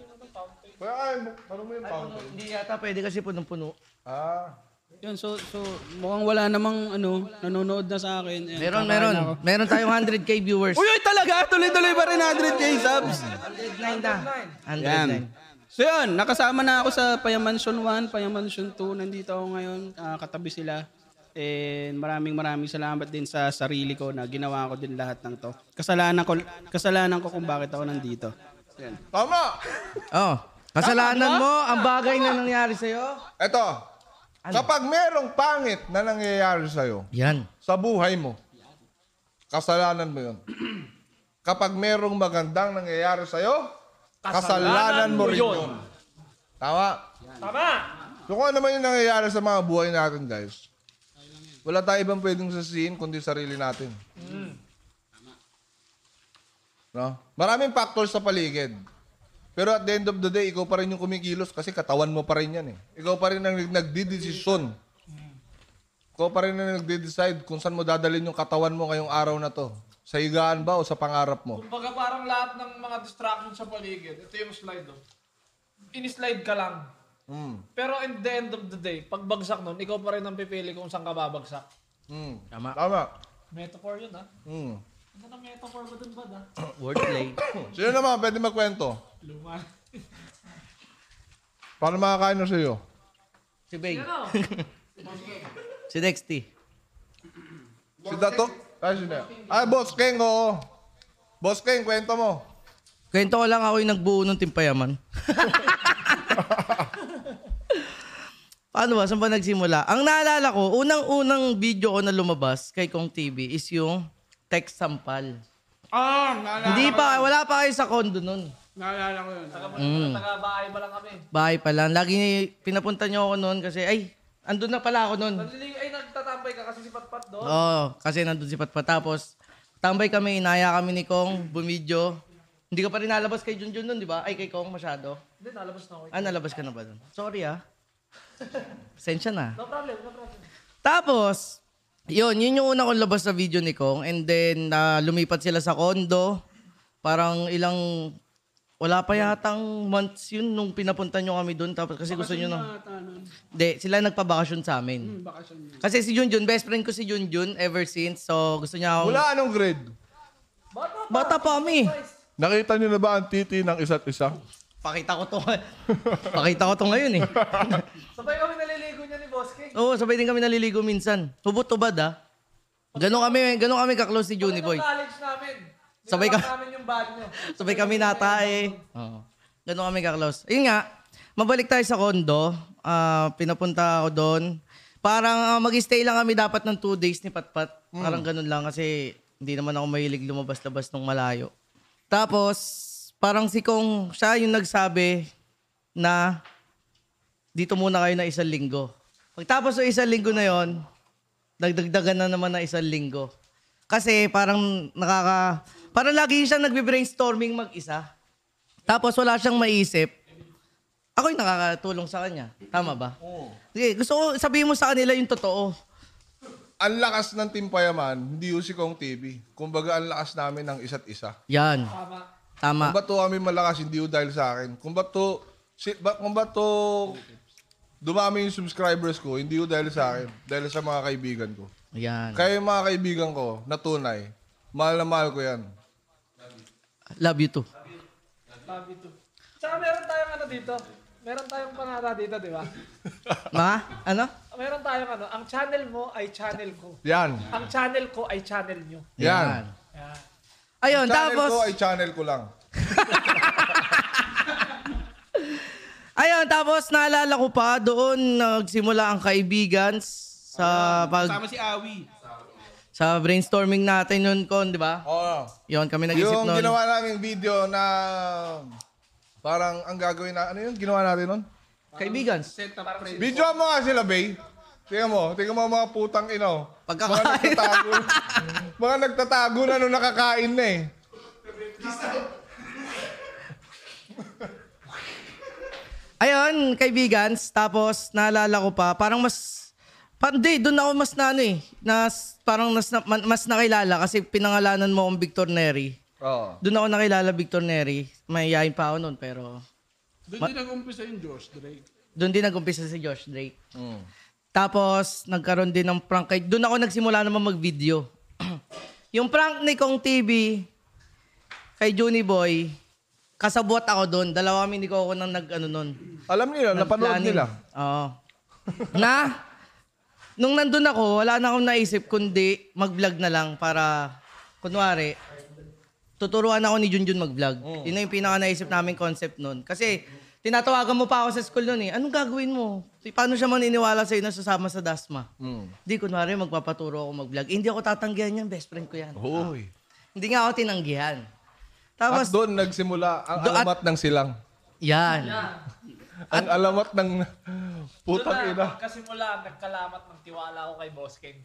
Speaker 2: Kaya ay, tanong mo yung fountain.
Speaker 3: Hindi yata pwede kasi punong-puno.
Speaker 2: Ah.
Speaker 6: Yun, so, so mukhang wala namang ano, nanonood na sa akin. Ayan,
Speaker 3: Meron,
Speaker 6: kakain
Speaker 3: meron.
Speaker 6: ako.
Speaker 3: Meron tayong 100k viewers.
Speaker 6: Uy, uy, talaga? Tuloy-tuloy pa rin 100k subs.
Speaker 3: 109 na. 109.
Speaker 6: Yan. So yun, nakasama na ako sa Payamansion 1, Payamansion 2. Nandito ako ngayon, ah, katabi sila. And maraming maraming salamat din sa sarili ko na ginawa ko din lahat ng to. Kasalanan ko, kasalanan ko kung bakit ako nandito. Yan.
Speaker 2: Tama!
Speaker 3: Oh,
Speaker 6: Tama,
Speaker 3: kasalanan
Speaker 6: di ba?
Speaker 3: mo ang bagay na nangyari sa'yo. Ano?
Speaker 2: Eto, kapag merong pangit na nangyayari sa'yo,
Speaker 3: Yan.
Speaker 2: sa buhay mo, kasalanan mo yun. kapag merong magandang nangyayari sa'yo, kasalanan, mo rin yun. Tama?
Speaker 4: Tama!
Speaker 2: So kung ano man yung nangyayari sa mga buhay natin, guys, wala tayo ibang pwedeng sasihin kundi sarili natin. No? Maraming factors sa paligid. Pero at the end of the day, ikaw pa rin yung kumikilos kasi katawan mo pa rin yan eh. Ikaw pa rin ang nag- nagdidesisyon. Ikaw pa rin ang nagde-decide kung saan mo dadalhin yung katawan mo ngayong araw na to. Sa higaan ba o sa pangarap mo?
Speaker 4: Kumbaga parang lahat ng mga distraction sa paligid, ito yung slide oh. Ini-slide ka lang.
Speaker 14: Hmm.
Speaker 2: Mm.
Speaker 4: Pero in the end of the day, pagbagsak nun, ikaw pa rin ang pipili kung saan ka babagsak.
Speaker 2: Mm. Tama.
Speaker 4: Metaphor yun ha?
Speaker 2: Mm.
Speaker 4: Ano na metaphor ba dun ah? ba da?
Speaker 3: Wordplay.
Speaker 2: Sino naman pwede magkwento?
Speaker 4: Luma.
Speaker 2: Para makakain na sa'yo.
Speaker 3: Si Bey. si Dexty.
Speaker 2: Si Dato? Ay, sino yan? Ay, Boss King, oo. Boss King, kwento mo.
Speaker 3: Kwento ko lang ako yung nagbuo ng timpayaman. Paano ba? Saan ba nagsimula? Ang naalala ko, unang-unang video ko na lumabas kay Kong TV is yung Tech Sampal.
Speaker 14: Ah, naalala
Speaker 3: Hindi
Speaker 14: ko
Speaker 3: pa,
Speaker 14: yun.
Speaker 3: wala pa kayo sa condo nun.
Speaker 14: Naalala ko yun. Taga,
Speaker 3: Mm.
Speaker 4: Taga-bahay pa lang kami.
Speaker 3: Bahay pa lang. Lagi ni- pinapunta niyo ako noon kasi, ay, andun na pala ako noon.
Speaker 4: Nandiling, ay, nagtatambay ka kasi si Patpat doon.
Speaker 3: Oo, kasi nandun si Patpat. Tapos, tambay kami, inaya kami ni Kong, bumidyo. Hindi ka pa rin nalabas kay Junjun nun, di ba? Ay, kay Kong masyado.
Speaker 4: Hindi, nalabas na ako. eh.
Speaker 3: Ah, nalabas ka na ba dun? Sorry ah. Pasensya na.
Speaker 4: No problem, no problem.
Speaker 3: Tapos, yun, yun yung una kong labas sa video ni Kong. And then, na lumipat sila sa condo. Parang ilang, wala pa yatang months yun nung pinapunta nyo kami doon. Tapos kasi gusto nyo na, hindi, sila nagpabakasyon sa amin. Kasi si Junjun, best friend ko si Junjun ever since. So, gusto niya akong...
Speaker 2: Mula anong grade?
Speaker 3: Bata pa kami.
Speaker 2: Nakita niyo na ba ang titi ng isa't isa?
Speaker 3: Pakita ko to. Pakita ko to ngayon eh.
Speaker 4: Sabay kami naliligo niya ni Boss King.
Speaker 3: Oo, sabay din kami naliligo minsan. Tubot-tubad ah. Ganon kami, ganon kami kaklose si Juni Boy.
Speaker 4: Sa college namin.
Speaker 3: Sabay ka-
Speaker 4: Nilabas namin yung bag niyo.
Speaker 3: Sabay kami natae. Oo. Ganun kami kaklaus. Yun nga, mabalik tayo sa kondo. Ah, pinapunta ako doon. Parang ah, mag-stay lang kami dapat ng two days ni Patpat. Parang ganun lang kasi hindi naman ako mahilig lumabas-labas nung malayo. Tapos, parang si Kong, siya yung nagsabi na dito muna kayo na isang linggo. Pagtapos ng isang linggo na yon, nagdagdagan na naman na isang linggo. Kasi parang nakaka... Parang lagi siya nagbe-brainstorming mag-isa. Tapos wala siyang maisip. Ako yung nakakatulong sa kanya. Tama ba? Sige, gusto ko sabihin mo sa kanila yung totoo.
Speaker 2: Ang lakas ng Team Payaman, hindi yung si Kong TV. Kumbaga, ang lakas namin ng isa't isa.
Speaker 3: Yan. Tama.
Speaker 2: Kung ba't to kami malakas, hindi yun dahil sa akin. Kung ba't to, si, ba, kung ba't to dumami yung subscribers ko, hindi yun dahil sa akin. Dahil sa mga kaibigan ko.
Speaker 3: Yan.
Speaker 2: Kaya yung mga kaibigan ko, natunay. Mahal na mahal ko yan.
Speaker 3: Love you too.
Speaker 4: Love you too. Tsaka meron tayong ano dito. Meron tayong panata dito, di ba?
Speaker 3: Ma? Ano?
Speaker 4: Meron tayong ano. Ang channel mo ay channel ko.
Speaker 2: Yan.
Speaker 4: Ang channel ko ay channel nyo.
Speaker 2: Yan.
Speaker 4: Yan.
Speaker 3: Ayun,
Speaker 2: channel
Speaker 3: tapos...
Speaker 2: ko ay channel ko lang.
Speaker 3: Ayun, tapos naalala ko pa, doon nagsimula ang kaibigan sa pag...
Speaker 14: Kasama si Awi.
Speaker 3: Sa brainstorming natin nun, Kon, di ba?
Speaker 2: Oo.
Speaker 3: Yon, kami nag-isip
Speaker 2: Yung
Speaker 3: nun.
Speaker 2: ginawa naming video na parang ang gagawin na, ano yun, ginawa natin nun?
Speaker 3: Kaibigan.
Speaker 2: Video mo nga sila, Bay. Tingnan mo, tingnan mo ang mga putang ino. Mga nagtatago. mga nagtatago na nung nakakain na eh.
Speaker 3: Ayun, kaibigans. Tapos, naalala ko pa, parang mas... Parang, di, doon ako mas na ano eh. Nas, parang nas, na- man- mas nakilala kasi pinangalanan mo akong Victor Neri.
Speaker 2: Oo.
Speaker 3: Doon ako nakilala Victor Neri. Mayayain pa ako noon, pero...
Speaker 14: Doon din nag-umpisa yung Josh Drake.
Speaker 3: Doon din nag-umpisa si Josh Drake.
Speaker 2: Mm.
Speaker 3: Tapos, nagkaroon din ng prank. Kay, doon ako nagsimula naman mag-video. yung prank ni Kong TV kay Juni Boy, kasabot ako doon. Dalawa kami ni Coco nang nag-ano nun.
Speaker 2: Alam nila, napanood
Speaker 3: Nag-planning.
Speaker 2: nila.
Speaker 3: Oo. na, nung nandun ako, wala na akong naisip kundi mag-vlog na lang para, kunwari, tuturuan ako ni Junjun mag-vlog. Yun na yung pinaka naisip namin concept nun. Kasi, tinatawagan mo pa ako sa school nun eh. Anong gagawin mo? Paano siya maniniwala sa'yo na sasama sa DASMA?
Speaker 2: mm.
Speaker 3: Hindi, kunwari, magpapaturo ako mag-vlog. Eh, hindi ako tatanggihan yan, best friend ko yan.
Speaker 2: Hoy.
Speaker 3: Hindi nga ako tinanggihan.
Speaker 2: At doon nagsimula ang alamat ng silang.
Speaker 3: Yan.
Speaker 2: ang alamat ng
Speaker 4: Doon
Speaker 2: putang ina.
Speaker 4: na, pagkasimula, nagkalamat ng tiwala ko kay Boss King.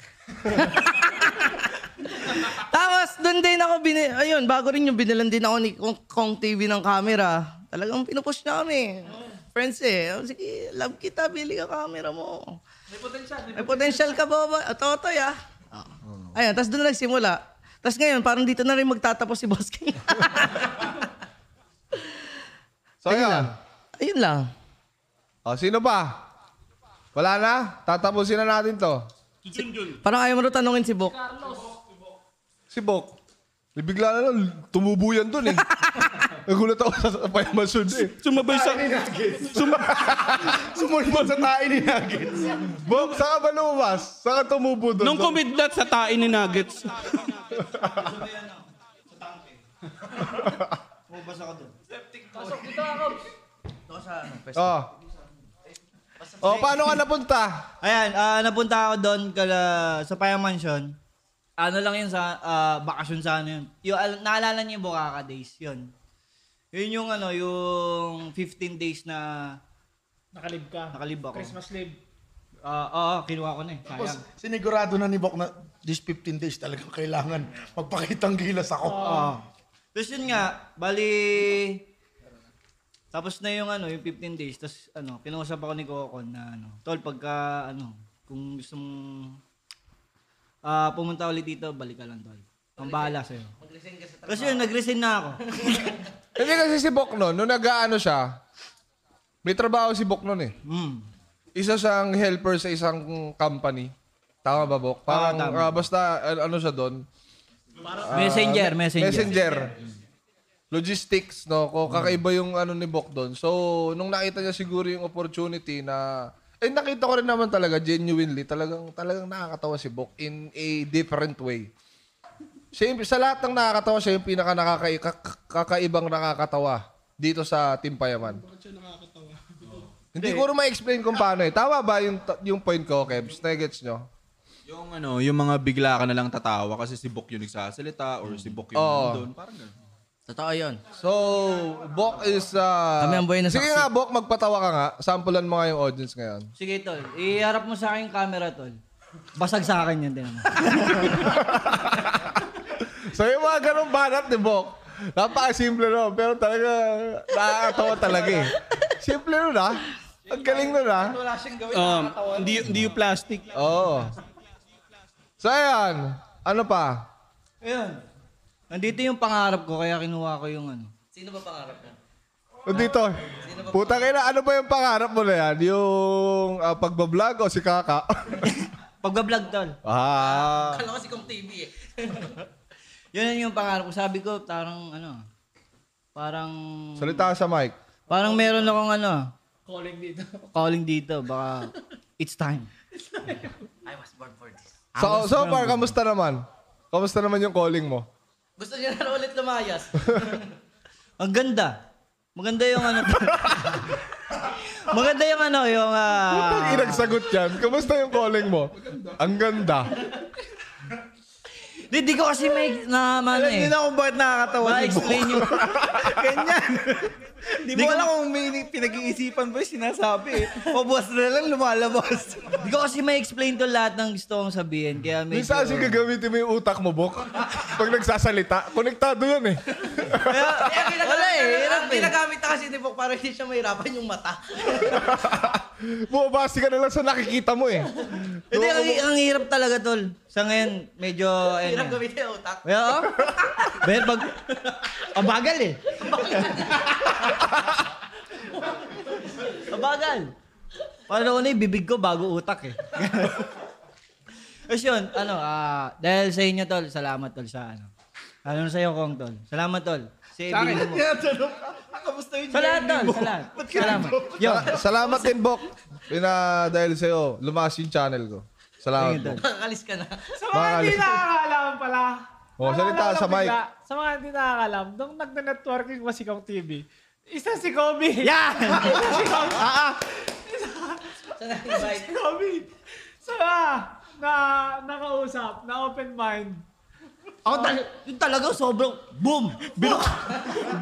Speaker 3: Tapos, doon din ako, bini- ayun, bago rin yung binilan din ako ni Kong, Kong TV ng camera. Talagang pinupush na kami. Friends eh. Oh, Sige, love kita, bili ka camera mo.
Speaker 4: May potential.
Speaker 3: May potential ka ba? ba? Totoy ah. Ayun, tapos doon nagsimula. Tapos ngayon, parang dito na rin magtatapos si Boss King.
Speaker 2: So, ayan.
Speaker 3: Ayun lang.
Speaker 2: O, sino pa? Wala na? Tatapusin na natin to.
Speaker 3: Parang ayaw mo rin tanungin si Bok.
Speaker 2: Si Bok. Eh, Bigla na lang, tumubo yan dun eh. Nagulat ako sa sa Fireman Sword eh.
Speaker 12: Sumabay sa...
Speaker 2: Sumulman sa tae ni Nuggets. Bok, saan ka ba lumabas? Saan ka tumubo dun?
Speaker 14: Nung kumidlat sa tae ni Nuggets.
Speaker 11: Ano ah? Mabasa ka doon.
Speaker 4: Pasok dito ako.
Speaker 2: Oh.
Speaker 11: Oh,
Speaker 2: paano ka napunta?
Speaker 11: Ayan, ah, napunta ako doon kala, sa Paya Mansion. ano lang yun sa ah, bakasyon sa ano yun. Yung, al- naalala niyo yung Bukaka Days, yun. Yun yung ano, yung 15 days na
Speaker 4: Nakalib ka.
Speaker 11: Nakalib ako.
Speaker 4: Christmas leave.
Speaker 11: Ah, oo, kinuha ko na eh.
Speaker 8: Tapos,
Speaker 11: Sayang.
Speaker 8: sinigurado na ni Bok na this 15 days talagang kailangan magpakitang gilas ako. Ah.
Speaker 11: Oo. Tapos yun nga, bali... Tapos na yung ano, yung 15 days. Tapos ano, kinausap ako ni Kokon na ano, tol, pagka ano, kung gusto mong ah, pumunta ulit dito, balik ka lang, tol. Ang bahala sa'yo. Tapos yun, nag-resign na ako.
Speaker 2: Hindi kasi si Bok noon, nung nag-ano siya, may trabaho si Bok noon eh.
Speaker 11: Hmm.
Speaker 2: Isa siyang helper sa isang company. Tama ba, Bok? Parang,
Speaker 11: tama.
Speaker 2: ah, basta, ah, ano siya doon? Ah,
Speaker 11: Messenger, messenger. Hmm.
Speaker 2: Messenger. Logistics, no? Ko kakaiba yung ano ni Bok doon. So, nung nakita niya siguro yung opportunity na eh nakita ko rin naman talaga genuinely talagang talagang nakakatawa si Bok in a different way. Siya yung, sa lahat ng nakakatawa, siya yung pinaka nakakai, kak- kakaibang nakakatawa dito sa Team Payaman. Hindi ko rin ma-explain kung paano eh. Tama ba yung, yung point ko, Kebs? Nagets nyo?
Speaker 10: Yung ano, yung mga bigla ka na lang tatawa kasi si Bok yung nagsasalita or si Bok yung
Speaker 2: Oo.
Speaker 10: nandun. Parang ganun.
Speaker 2: Totoo yun. So, Bok is... Uh,
Speaker 10: Kami ang buhay na
Speaker 2: Sige
Speaker 10: saksi.
Speaker 2: nga, Bok, magpatawa ka nga. Sampulan mo nga yung audience ngayon.
Speaker 11: Sige, tol. Iharap mo sa akin yung camera, tol. Basag sa akin yun, tinan mo.
Speaker 2: So, yung mga ganun banat ni Bok, napaka-simple no, pero talaga nakakatawa talaga eh. Simple nun ah. Ang galing nun ah. Oh,
Speaker 11: Wala siyang gawin.
Speaker 2: Um, di, di yung plastic. Oo. So, ayan. Ano pa?
Speaker 11: Ayun. Nandito yung pangarap ko, kaya kinuha ko yung ano. Sino ba pangarap ka?
Speaker 2: O dito. Putang ina, ano ba yung pangarap mo na yan? Yung uh, pagbablog o si Kaka?
Speaker 11: Pagbablog, tol.
Speaker 2: ah.
Speaker 11: Kala ko si Kong TV eh. yun yung pangarap ko. Sabi ko, parang ano, parang...
Speaker 2: Salita ka sa mic.
Speaker 11: Parang meron akong ano,
Speaker 4: Calling dito.
Speaker 11: calling dito, baka it's time.
Speaker 15: I was born for this.
Speaker 2: So, so far, kamusta naman? Kamusta naman yung calling mo?
Speaker 11: Gusto niya na ulit lumayas. Ang ganda. Maganda yung ano. Maganda yung ano, yung...
Speaker 2: Putang
Speaker 11: ah...
Speaker 2: ina, sagot yan. Kamusta yung calling mo? Ang ganda.
Speaker 11: Hindi, di ko kasi may na ano
Speaker 2: Alam
Speaker 11: eh.
Speaker 2: niyo na kung
Speaker 11: bakit nakakatawa. Ma-explain yung...
Speaker 14: Ganyan. Di
Speaker 11: Di
Speaker 14: mo
Speaker 11: ko-
Speaker 14: alam kung may ni- pinag-iisipan ba yung sinasabi eh.
Speaker 11: Pabos na lang lumalabas. Di ko kasi ma-explain to lahat ng gusto kong sabihin. Kaya medyo...
Speaker 2: Minsan kasi gagamitin mo yung utak mo, Bok. Pag nagsasalita, konektado yan eh.
Speaker 11: Wala eh, hirap eh.
Speaker 15: Ginagamit na kasi ni Bok para hindi siya mahirapan yung mata.
Speaker 2: Bumabasi ka na lang sa nakikita mo eh.
Speaker 11: Hindi, ang, ang hirap talaga, tol. Sa ngayon, medyo...
Speaker 3: Oh,
Speaker 15: Hirap
Speaker 11: Ano,
Speaker 15: gamitin yung utak.
Speaker 11: Well, oh. Pero pag... Ang bagal eh. Ang bagal. Paano ko na yung bibig ko bago utak eh. Tapos yun, ano, ah, dahil sa inyo, tol, salamat, tol, sa ano. Ano sa'yo, Kong, tol? Salamat, tol. Sa
Speaker 15: Sa akin.
Speaker 11: ibigay mo.
Speaker 15: Tinatanong ka. Ah, Kamusta yung
Speaker 11: Sa lahat,
Speaker 15: journey
Speaker 11: tol,
Speaker 15: mo?
Speaker 11: sa lahat.
Speaker 15: Ba't ka
Speaker 11: Salamat.
Speaker 15: nandun?
Speaker 2: Yo. salamat din, Bok. Pina, dahil sa'yo, lumakas yung channel ko. Salamat, Bok.
Speaker 15: Nakakalis ka na.
Speaker 4: Sa mga hindi nakakaalam pala.
Speaker 2: Oh, salita
Speaker 4: naalala ko
Speaker 2: sa mic.
Speaker 4: bigla, Sa mga hindi nakakaalam, nung nagna-networking ba si Kong TV, isa si Kobe.
Speaker 15: Yan!
Speaker 4: isa si Kobe.
Speaker 15: Ah, ah.
Speaker 4: Isa isa si Kobe. Sa na nakausap, na open mind.
Speaker 11: Ako tal- yung talaga sobrang boom! ano, Binuk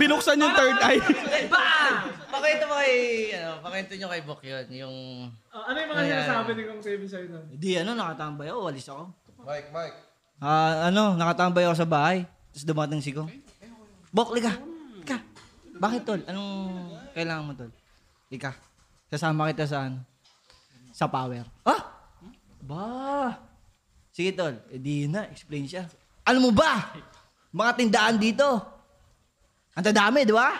Speaker 11: binuksan yung third eye.
Speaker 15: Bang! Pakita mo kay, ano, pakita nyo kay Bok yun, yung...
Speaker 4: Oh, ano yung mga
Speaker 15: Ayan.
Speaker 4: sinasabi ni Kong TV sa'yo nun?
Speaker 11: Hindi, ano, nakatambay ako, walis ako.
Speaker 2: Mike, Mike.
Speaker 11: Ah, ano, nakatambay ako sa bahay. Tapos dumating si Kong. Bok, lika. Lika. Bakit, tol? Anong kailangan mo, tol? Lika. Kasama kita sa ano? Sa power. Ah! Ba! Sige, tol. Eh, di na. Explain siya. Alam mo ba? Mga tindahan dito. Ang dami, di ba?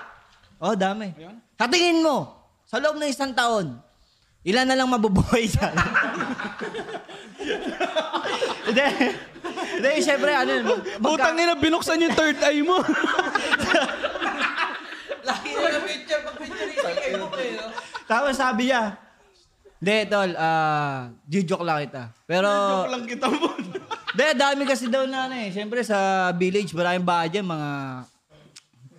Speaker 11: Oh, dami. Sa tingin mo, sa loob ng isang taon, ilan na lang mabubuhay dyan? Hindi. Hindi, siyempre, ano yun. Putang
Speaker 14: ina, binuksan yung third eye mo.
Speaker 15: Lagi na yung picture, pag picture yung kay Bok eh, no?
Speaker 11: Tapos sabi niya, hindi, tol, ah, joke lang kita. Pero,
Speaker 15: Joke lang kita mo.
Speaker 11: hindi, dami kasi daw na, ano eh. Siyempre, sa village, maraming bahay dyan, mga,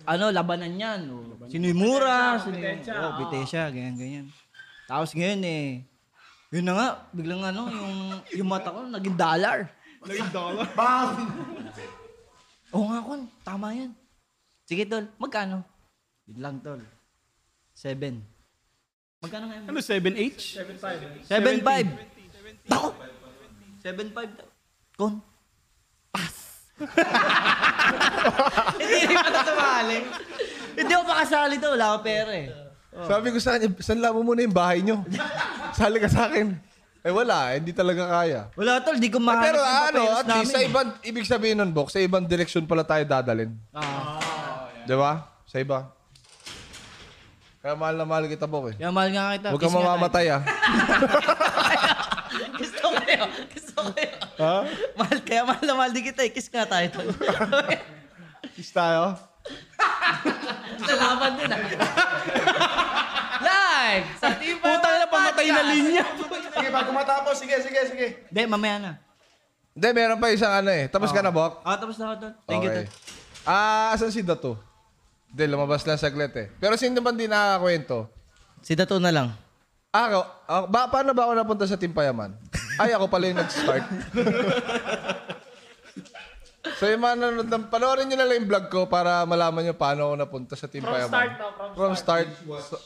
Speaker 11: ano, labanan yan. O, sinimura,
Speaker 4: Petensya,
Speaker 11: sinimura. Oh,
Speaker 4: oo.
Speaker 11: petensya, ganyan, ganyan. Tapos ngayon eh, yun na nga, biglang ano, yung, yung mata ko, naging dollar.
Speaker 9: Naging dollar.
Speaker 11: Bam! Oo nga, Kon. Tama yan. Sige, Tol. Magkano? Yun lang, Tol. Seven. Magkano nga
Speaker 6: Ano, 7H?
Speaker 11: 7.5.
Speaker 6: 7.5.
Speaker 11: 7.5 daw. Kon. Pass. Hindi rin matatamali. Hindi ako makasali to. Wala akong pera eh.
Speaker 2: Sabi ko sa kanya, saan mo muna yung bahay nyo? Sali ka sa akin. Eh wala, hindi talaga kaya.
Speaker 11: Wala tol, di ko
Speaker 2: Eh,
Speaker 11: mahanap
Speaker 2: pero
Speaker 11: yung
Speaker 2: ano,
Speaker 11: papeles
Speaker 2: at least
Speaker 11: namin
Speaker 2: sa
Speaker 11: eh.
Speaker 2: ibang, ibig sabihin nun, Bok, sa ibang direksyon pala tayo dadalin.
Speaker 11: Ah.
Speaker 2: Di ba? Sa iba. Kaya mahal na mahal kita, Bok eh.
Speaker 3: Kaya mahal nga kita.
Speaker 2: Huwag kang
Speaker 3: kiss nga tayo.
Speaker 2: mamamatay ah.
Speaker 11: Gusto ko kayo. Gusto ko kayo.
Speaker 2: Ha?
Speaker 11: Mahal kaya, mahal na mahal din kita eh. Kiss nga tayo tol.
Speaker 2: Kiss tayo?
Speaker 11: Salamat din ah. Live! Sa Tiba
Speaker 8: Putang
Speaker 11: na
Speaker 8: pamatay na linya. sige, bago matapos. Sige, sige, sige.
Speaker 11: Hindi, mamaya na.
Speaker 2: Hindi, meron pa isang ano eh. Tapos ka na, Bok?
Speaker 11: Ah, tapos na ako tol. Thank you tol.
Speaker 2: Ah, asan si Dato? Hindi, lumabas lang saglit eh. Pero sino ba din nakakwento? Ah,
Speaker 3: Si Dato na lang.
Speaker 2: Ako, ako ba, paano ba ako napunta sa Team Payaman? Ay, ako pala yung nag-start. so yung mga nanonood ng, panoorin nyo na lang yung vlog ko para malaman nyo paano ako napunta sa Team
Speaker 4: From
Speaker 2: Payaman.
Speaker 4: start daw, from
Speaker 2: start. So,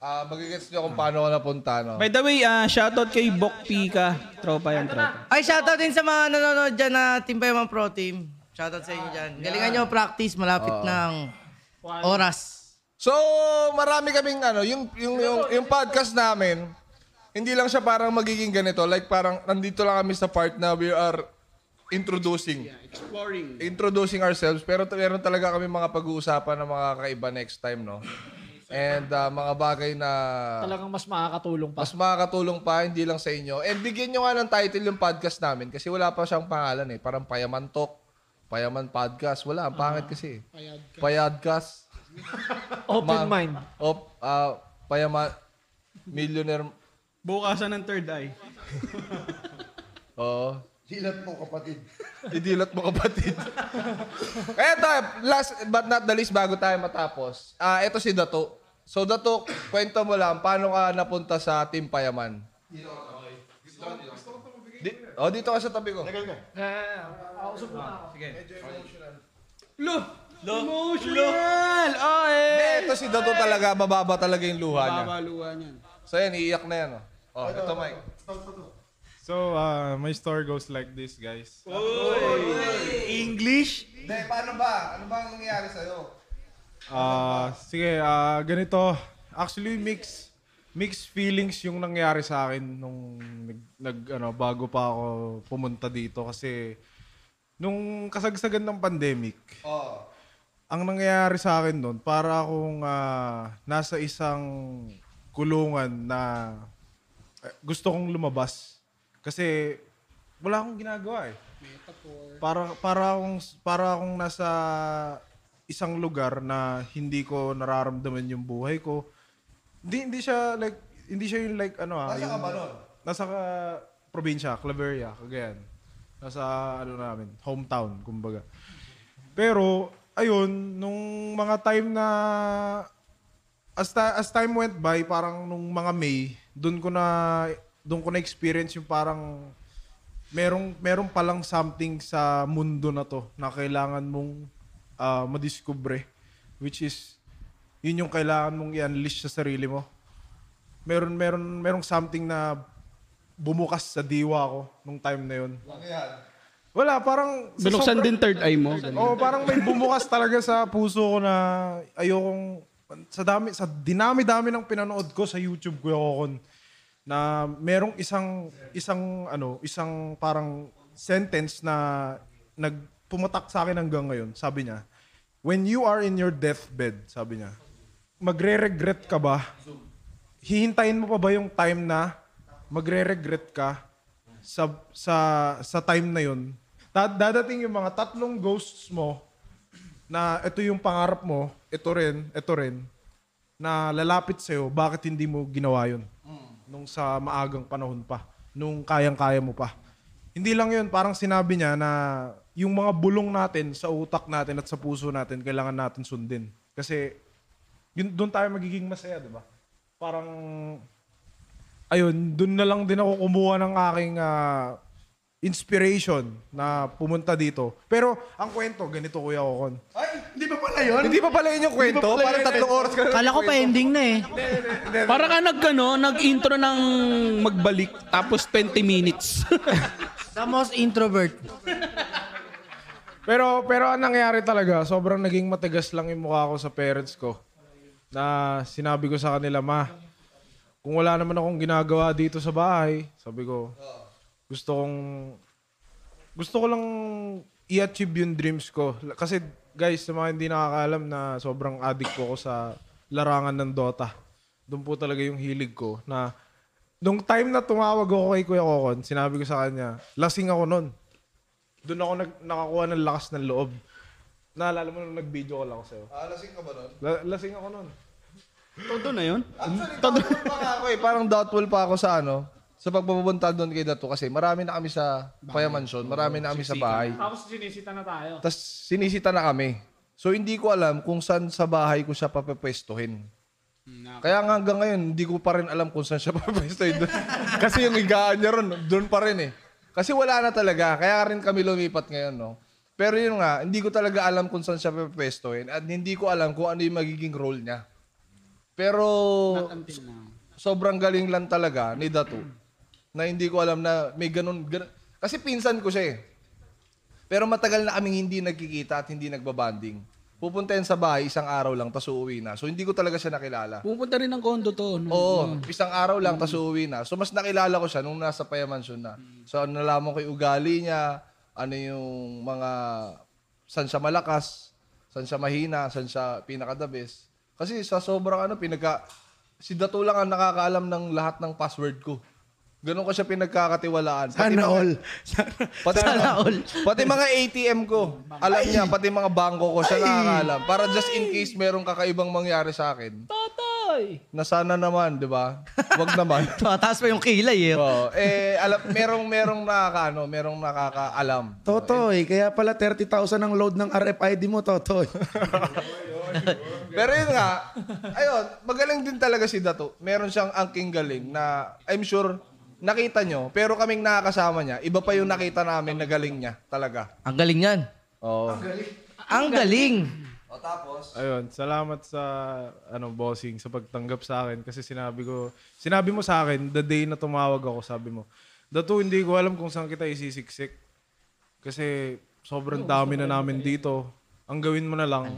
Speaker 2: ah, magigets nyo kung paano ako napunta, no?
Speaker 7: By the way, ah, shoutout kay Bok Pika. Tropa yan, tropa.
Speaker 3: Ay, shoutout din sa mga nanonood dyan na Team Payaman Pro Team. Shoutout sa inyo dyan. Galingan nyo practice, malapit
Speaker 2: Oo.
Speaker 3: ng oras.
Speaker 2: So, marami kaming ano, yung yung yung, yung podcast namin, hindi lang siya parang magiging ganito, like parang nandito lang kami sa part na we are introducing,
Speaker 7: Exploring.
Speaker 2: introducing ourselves, pero t- meron talaga kami mga pag-uusapan ng mga kakaiba next time, no? And ah, mga bagay na
Speaker 4: Talagang mas makakatulong pa.
Speaker 2: mas makakatulong pa, hindi lang sa inyo. And bigyan nyo nga ng title yung podcast namin kasi wala pa siyang pangalan eh. Parang Payaman Talk, Payaman Podcast. Wala, ang
Speaker 4: Ah,
Speaker 2: pangit kasi. eh. Payadcast.
Speaker 4: Open mind.
Speaker 2: Op, ah, payaman, millionaire.
Speaker 7: Bukasan ng third eye.
Speaker 2: Oo.
Speaker 8: Hilat mo, kapatid.
Speaker 2: Idilat mo kapatid. Eto, last but not the least, bago tayo matapos. Ah, eto si Dato. So Dato, kwento mo lang, paano ka napunta sa Team Payaman?
Speaker 8: Ah,
Speaker 2: Di- oh, dito ka sa tabi ko.
Speaker 4: Eh,
Speaker 8: ah.
Speaker 4: ako sa muna ako. Sige.
Speaker 7: Lo! Emotional! Oh,
Speaker 2: eh! Eto si Dato talaga, mababa talaga yung luha niya.
Speaker 7: Babaluan yan.
Speaker 2: So yan, iiyak na yan. Oh, oh eto Mike.
Speaker 9: So, uh, my story goes like this, guys.
Speaker 7: English?
Speaker 2: Hindi, paano ba? Ano ba ang nangyari sa'yo?
Speaker 9: Ah, sige, ah, ganito. Actually, mix mixed feelings yung nangyari sa akin nung nag, nag ano bago pa ako pumunta dito kasi nung kasagsagan ng pandemic.
Speaker 2: Oh,
Speaker 9: Ang nangyayari sa akin doon, para akong ah, nasa isang kulungan na eh, gusto kong lumabas. Kasi wala akong ginagawa eh. Para para akong para akong nasa isang lugar na hindi ko nararamdaman yung buhay ko. Hindi hindi siya like hindi siya yung like ano ah.
Speaker 2: Nasa
Speaker 9: yung-
Speaker 2: ka ba nun?
Speaker 9: Nasa ka probinsya, Claveria, Cagayan. Nasa ano namin, hometown kumbaga. Pero ayun, nung mga time na as, ti- as time went by, parang nung mga May, doon ko na doon ko na experience yung parang merong merong palang something sa mundo na to na kailangan mong ah, madiskubre which is yun yung kailangan mong i-unleash sa sarili mo. Meron meron merong something na bumukas sa diwa ko nung time na yun. Wala, parang... sa sobrang-
Speaker 7: Binuksan din third eye mo. ganun.
Speaker 9: Oo, parang may bumukas talaga sa puso ko na ayokong sa dami sa dinami-dami ng pinanood ko sa YouTube ko kon na merong isang isang ano, isang parang sentence na nagpumatak sa akin hanggang ngayon. Sabi niya, "When you are in your deathbed," sabi niya, "magre-regret ka ba? Hihintayin mo pa ba yung time na magre-regret ka sa sa sa time na yun, da- dadating yung mga tatlong ghosts mo na ito yung pangarap mo, ito rin, ito rin, na lalapit sa'yo, bakit hindi mo ginawa yun? Nung sa maagang panahon pa, nung kayang-kaya mo pa. Hindi lang yun, parang sinabi niya na yung mga bulong natin sa utak natin at sa puso natin, kailangan natin sundin. Kasi yun, doon tayo magiging masaya, di ba? Parang ayun, doon na lang din ako kumuha ng aking ah, inspiration na pumunta dito. Pero ang kwento, ganito Kuya Okon.
Speaker 8: Hindi pa pala yun?
Speaker 9: Hindi pa pala yun yung kwento?
Speaker 8: Hindi pa pala
Speaker 9: Parang
Speaker 8: yun. eh.
Speaker 9: tatlong oras ka na
Speaker 5: Kala ko pa ending na eh.
Speaker 7: Para ka nag, ano, nag-intro ng magbalik tapos 20 minutes.
Speaker 5: The most introvert.
Speaker 9: Pero pero ang nangyari talaga, sobrang naging matigas lang yung mukha ko sa parents ko. Na sinabi ko sa kanila, ma, kung wala naman akong ginagawa dito sa bahay, sabi ko, gusto kong gusto ko lang i-achieve yung dreams ko. L- Kasi guys, sa mga hindi nakakaalam na sobrang addict po ako sa larangan ng Dota. Doon po talaga yung hilig ko na nung time na tumawag ako kay Kuya Kokon, sinabi ko sa kanya, lasing ako noon. Doon ako nag, nakakuha ng lakas ng loob. Naalala mo nung nag-video call ako sa'yo?
Speaker 2: Ah, lasing ka ba nun?
Speaker 9: La- lasing ako noon.
Speaker 6: Todo na yun?
Speaker 2: Actually, doubtful pa nga ako eh. Parang doubtful pa ako sa ano, sa pagpapunta doon kay Dato kasi marami na kami sa Payamansyon, marami na kami sa bahay.
Speaker 4: Tapos sinisita na tayo.
Speaker 2: Tapos sinisita na kami. So hindi ko alam kung saan sa bahay ko siya papapwestuhin. Kaya nga hanggang ngayon, hindi ko pa rin alam kung saan siya papapwestuhin doon. Kasi yung higaan niya ron, doon pa rin eh. Kasi wala na talaga, kaya rin kami lumipat ngayon, no? Pero yun nga, hindi ko talaga alam kung saan siya papapwestuhin at hindi ko alam kung ano yung magiging role niya. Pero sobrang galing lang talaga ni Datu na hindi ko alam na may ganun, ganun. Kasi pinsan ko siya eh. Pero matagal na kaming hindi nagkikita at hindi nagbabanding. Pupunta yan sa bahay, isang araw lang, tas uuwi na. So hindi ko talaga siya nakilala.
Speaker 14: Pupunta rin ng kondo to. No? Mm.
Speaker 2: Oo, isang araw lang, tas uuwi na. So mas nakilala ko siya nung nasa Payamansyon na. So nalaman ko yung ugali niya, ano yung mga, saan siya malakas, saan siya mahina, saan siya pinaka the best. Kasi sa sobrang ano, pinagka, si Dato lang ang nakakaalam ng lahat ng password ko. Ganon ko siya pinagkakatiwalaan. Pati
Speaker 8: Sana
Speaker 2: mga-
Speaker 8: all.
Speaker 2: Pati,
Speaker 8: Sana all.
Speaker 2: pati mga ATM ko, alam niya, pati mga bangko ko, siya
Speaker 8: Ay.
Speaker 2: nakakaalam. Para just in case merong kakaibang mangyari sa akin.
Speaker 4: Totoy!
Speaker 2: Na sana naman, di ba? Wag naman.
Speaker 5: Tataas pa yung kilay eh.
Speaker 2: Oo. Eh, alam, merong, merong nakakaano, merong nakakaalam.
Speaker 8: Totoy, kaya pala 30,000 ang load ng RFID mo, Totoy.
Speaker 2: Pero yun nga, ayun, magaling din talaga si Dato. Meron siyang angking galing na I'm sure nakita nyo, pero kaming nakakasama niya, iba pa yung nakita namin na galing niya talaga.
Speaker 3: Ang galing yan.
Speaker 2: Oo.
Speaker 3: Ang galing.
Speaker 2: O tapos?
Speaker 9: Ayun, salamat sa ano bossing sa pagtanggap sa akin kasi sinabi ko, sinabi mo sa akin the day na tumawag ako, sabi mo, "Dato, hindi ko alam kung saan kita isisiksik." Kasi sobrang
Speaker 2: Ano,
Speaker 9: dami na namin dito. Ang gawin mo na lang,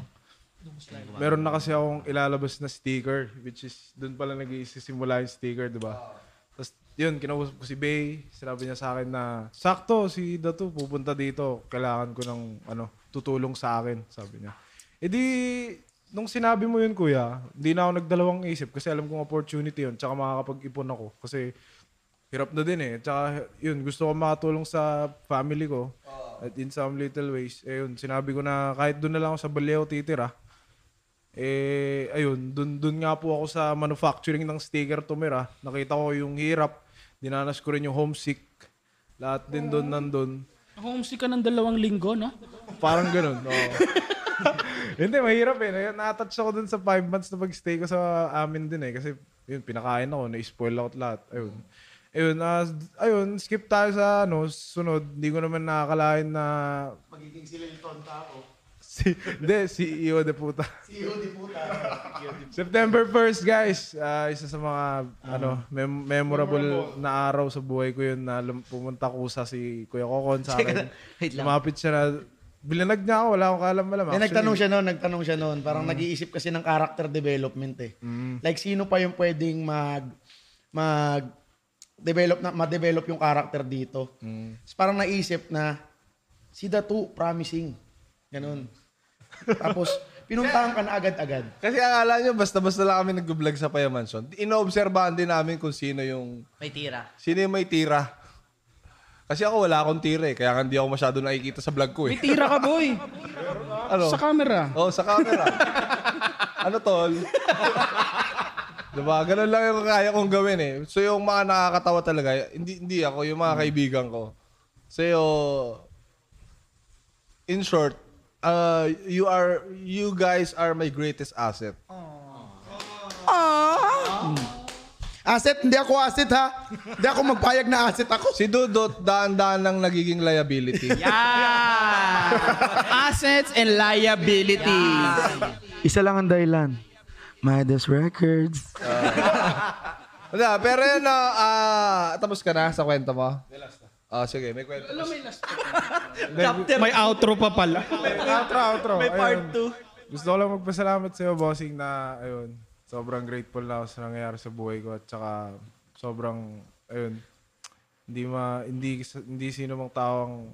Speaker 9: meron na kasi akong ilalabas na sticker which is doon pala nag-isisimula yung sticker, di ba? Tapos yun, kinausap ko si Bay, sinabi niya sa akin na sakto si Dato pupunta dito, kailangan ko ng ano, tutulong sa akin, sabi niya. E di, nung sinabi mo yun kuya, hindi na ako nagdalawang isip kasi alam kong opportunity yun, tsaka makakapag-ipon ako kasi hirap na din eh. Tsaka yun, gusto ko makatulong sa family ko at in some little ways. Eh yun, sinabi ko na kahit doon na lang ako sa Baleo titira, eh, ayun, dun, dun nga po ako sa manufacturing ng sticker tumira. Nakita ko yung hirap. Dinanas ko rin yung homesick. Lahat din dun nandun.
Speaker 14: Homesick ka ng dalawang linggo, no?
Speaker 9: Parang ganun. oo. Hindi, mahirap eh. Na- Na-touch ako dun sa five months na pag-stay ko sa amin din eh. Kasi, yun, pinakain ako. Na-spoil out lahat. Ayun. Ayun, ah, s- ayun, skip tayo sa ano, sunod. Hindi ko naman nakakalain na...
Speaker 8: Magiging sila yung tonta ako.
Speaker 9: Si, hindi, E CEO de puta.
Speaker 8: CEO di puta.
Speaker 9: September 1st, guys. Ah, isa sa mga ano, mem- memorable, na araw sa buhay ko yun na lum- pumunta ko sa si Kuya Kokon sa
Speaker 8: Teka,
Speaker 9: akin.
Speaker 8: wait lang.
Speaker 9: Lumapit siya na bilanag niya ako, wala akong kaalam-alam.
Speaker 8: Eh, nagtanong siya noon, nagtanong siya noon. Parang
Speaker 16: Mm.
Speaker 8: nag-iisip kasi ng character development eh.
Speaker 3: Mm.
Speaker 8: Like sino pa yung pwedeng mag mag develop na ma-develop yung character dito. Tapos parang naisip na si Datu promising. Ganun. Tapos pinuntahan ka na agad-agad.
Speaker 2: Kasi akala nyo, basta-basta lang kami nag-vlog sa Payamansyon. Inoobserbahan din namin kung sino yung
Speaker 3: May tira.
Speaker 2: Sino yung may tira? Kasi ako wala akong tira eh, kaya nga hindi ako masyado nakikita sa vlog ko eh.
Speaker 14: May tira ka, boy.
Speaker 2: Ano?
Speaker 14: Sa camera.
Speaker 2: Oo, sa camera. ano tol? diba? Ganun lang yung kaya kong gawin eh. So yung mga nakakatawa talaga, hindi, hindi ako, yung mga kaibigan ko. So in short, uh, you are, you guys are my greatest asset.
Speaker 3: Aww.
Speaker 8: Asset, Hmm. hindi ako asset ha. Hindi ako magpayag na asset ako.
Speaker 2: Si Dudot, daan-daan lang nagiging liability.
Speaker 6: Assets and liabilities.
Speaker 16: Isa lang ang dahilan. Midas Records.
Speaker 2: Wala, pero yun, ah, ah, tapos ka na sa kwento mo? May last na. Oh, sige, may kwento.
Speaker 14: Alam, may last.
Speaker 9: May outro pa pala. outro, outro.
Speaker 14: May part
Speaker 9: Ayun. Gusto ko lang magpasalamat sa iyo, bossing, na ayun, sobrang grateful na ako sa nangyayari sa buhay ko at saka sobrang, ayun, hindi ma, hindi, hindi sino mang taong,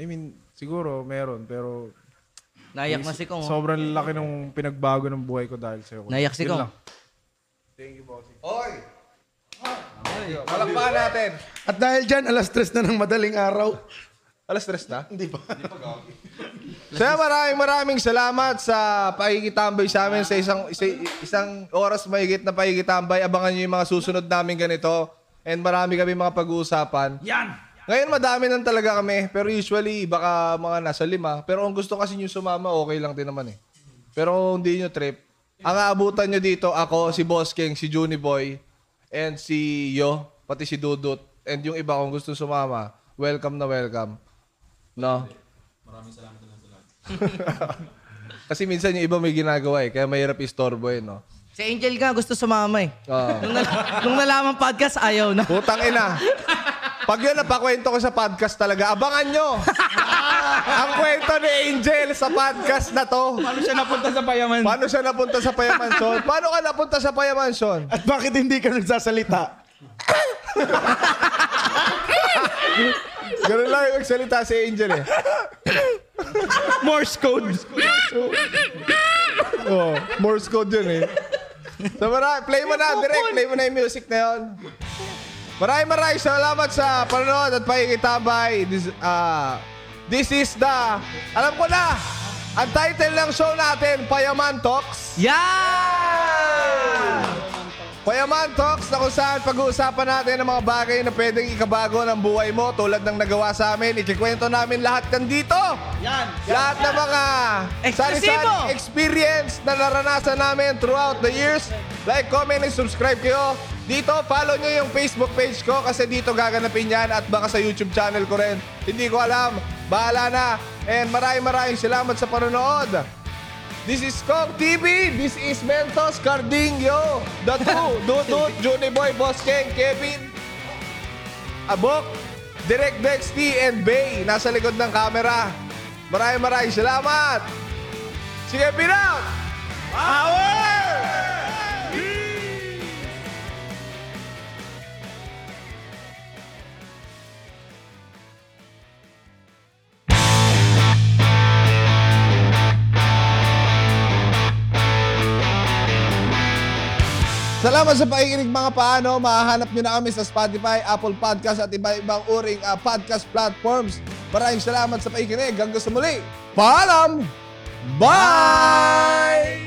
Speaker 9: I mean, siguro meron, pero
Speaker 3: Naiyak na si Kong, oh.
Speaker 9: Sobrang laki ng pinagbago ng buhay ko dahil sa iyo.
Speaker 3: Naiyak si Kong.
Speaker 9: Thank you, bossing.
Speaker 2: Oy! Palakpakan natin.
Speaker 8: At dahil dyan, alas tres na ng madaling araw.
Speaker 2: Alas tres na?
Speaker 8: Hindi pa. Hindi
Speaker 2: So maraming maraming salamat sa pakikitambay sa amin sa isang isa, isang oras mahigit na pakikitambay. Abangan niyo yung mga susunod namin ganito. And marami kami mga pag-uusapan. Yan! Ngayon madami nang talaga kami. Pero usually baka mga nasa lima. Pero kung gusto kasi niyo sumama, okay lang din naman eh. Pero kung hindi nyo trip, ang aabutan nyo dito, ako, si Boss King, si Juniboy, and si Yo, pati si Dudut, and yung iba kung gusto sumama, welcome na welcome. No?
Speaker 10: Maraming salamat na sa lahat.
Speaker 2: Kasi minsan yung iba may ginagawa eh, kaya mahirap istorbo eh, no? Ah.
Speaker 3: Si Angel nga gusto sumama eh.
Speaker 2: Oo.
Speaker 3: Nung, nal- nung nalaman podcast, ayaw na.
Speaker 2: Putang ina. Pag yun, napakwento ko sa podcast talaga, abangan nyo! Ang kwento ni Angel sa podcast na to. Paano siya napunta sa Payaman? Paano siya napunta sa Payamanson? Paano ka napunta sa Payamanson?
Speaker 8: At bakit hindi ka nagsasalita?
Speaker 2: Ganun lang yung magsalita si Angel eh. Morse code. oh, Morse code yun eh. So mara, play mo na, direct. Play mo na yung music na yun. Maraming maraming salamat sa panonood at pakikitabay. This, ah, this is the... Alam ko na! Ang title ng show natin, Payaman Talks. Yeah! Payaman Talks na kung saan pag-uusapan natin ang mga bagay na pwedeng ikabago ng buhay mo tulad ng nagawa sa amin. Ikikwento namin lahat yan dito. Yan. Lahat ng mga
Speaker 12: Eksklusibo.
Speaker 2: sari-sari experience na naranasan namin throughout the years. Like, comment, and subscribe kayo. Dito, follow nyo yung Facebook page ko kasi dito gaganapin yan at baka sa YouTube channel ko rin. Hindi ko alam. Bahala na. And maraming maraming salamat sa panonood. This is Kong TV. This is Mentos Cardingyo. The two. Dudut, Juni Boy, Boss King, Kevin, Abok, Direct Dex T, and Bay. Nasa likod ng camera. Maraming maraming salamat. Sige, Pinot! Power! Salamat sa pakikinig mga paano. Mahahanap nyo na kami sa Spotify, Apple Podcast at iba-ibang uring ah, podcast platforms. Maraming salamat sa pakikinig. Hanggang sa muli. Paalam! Bye!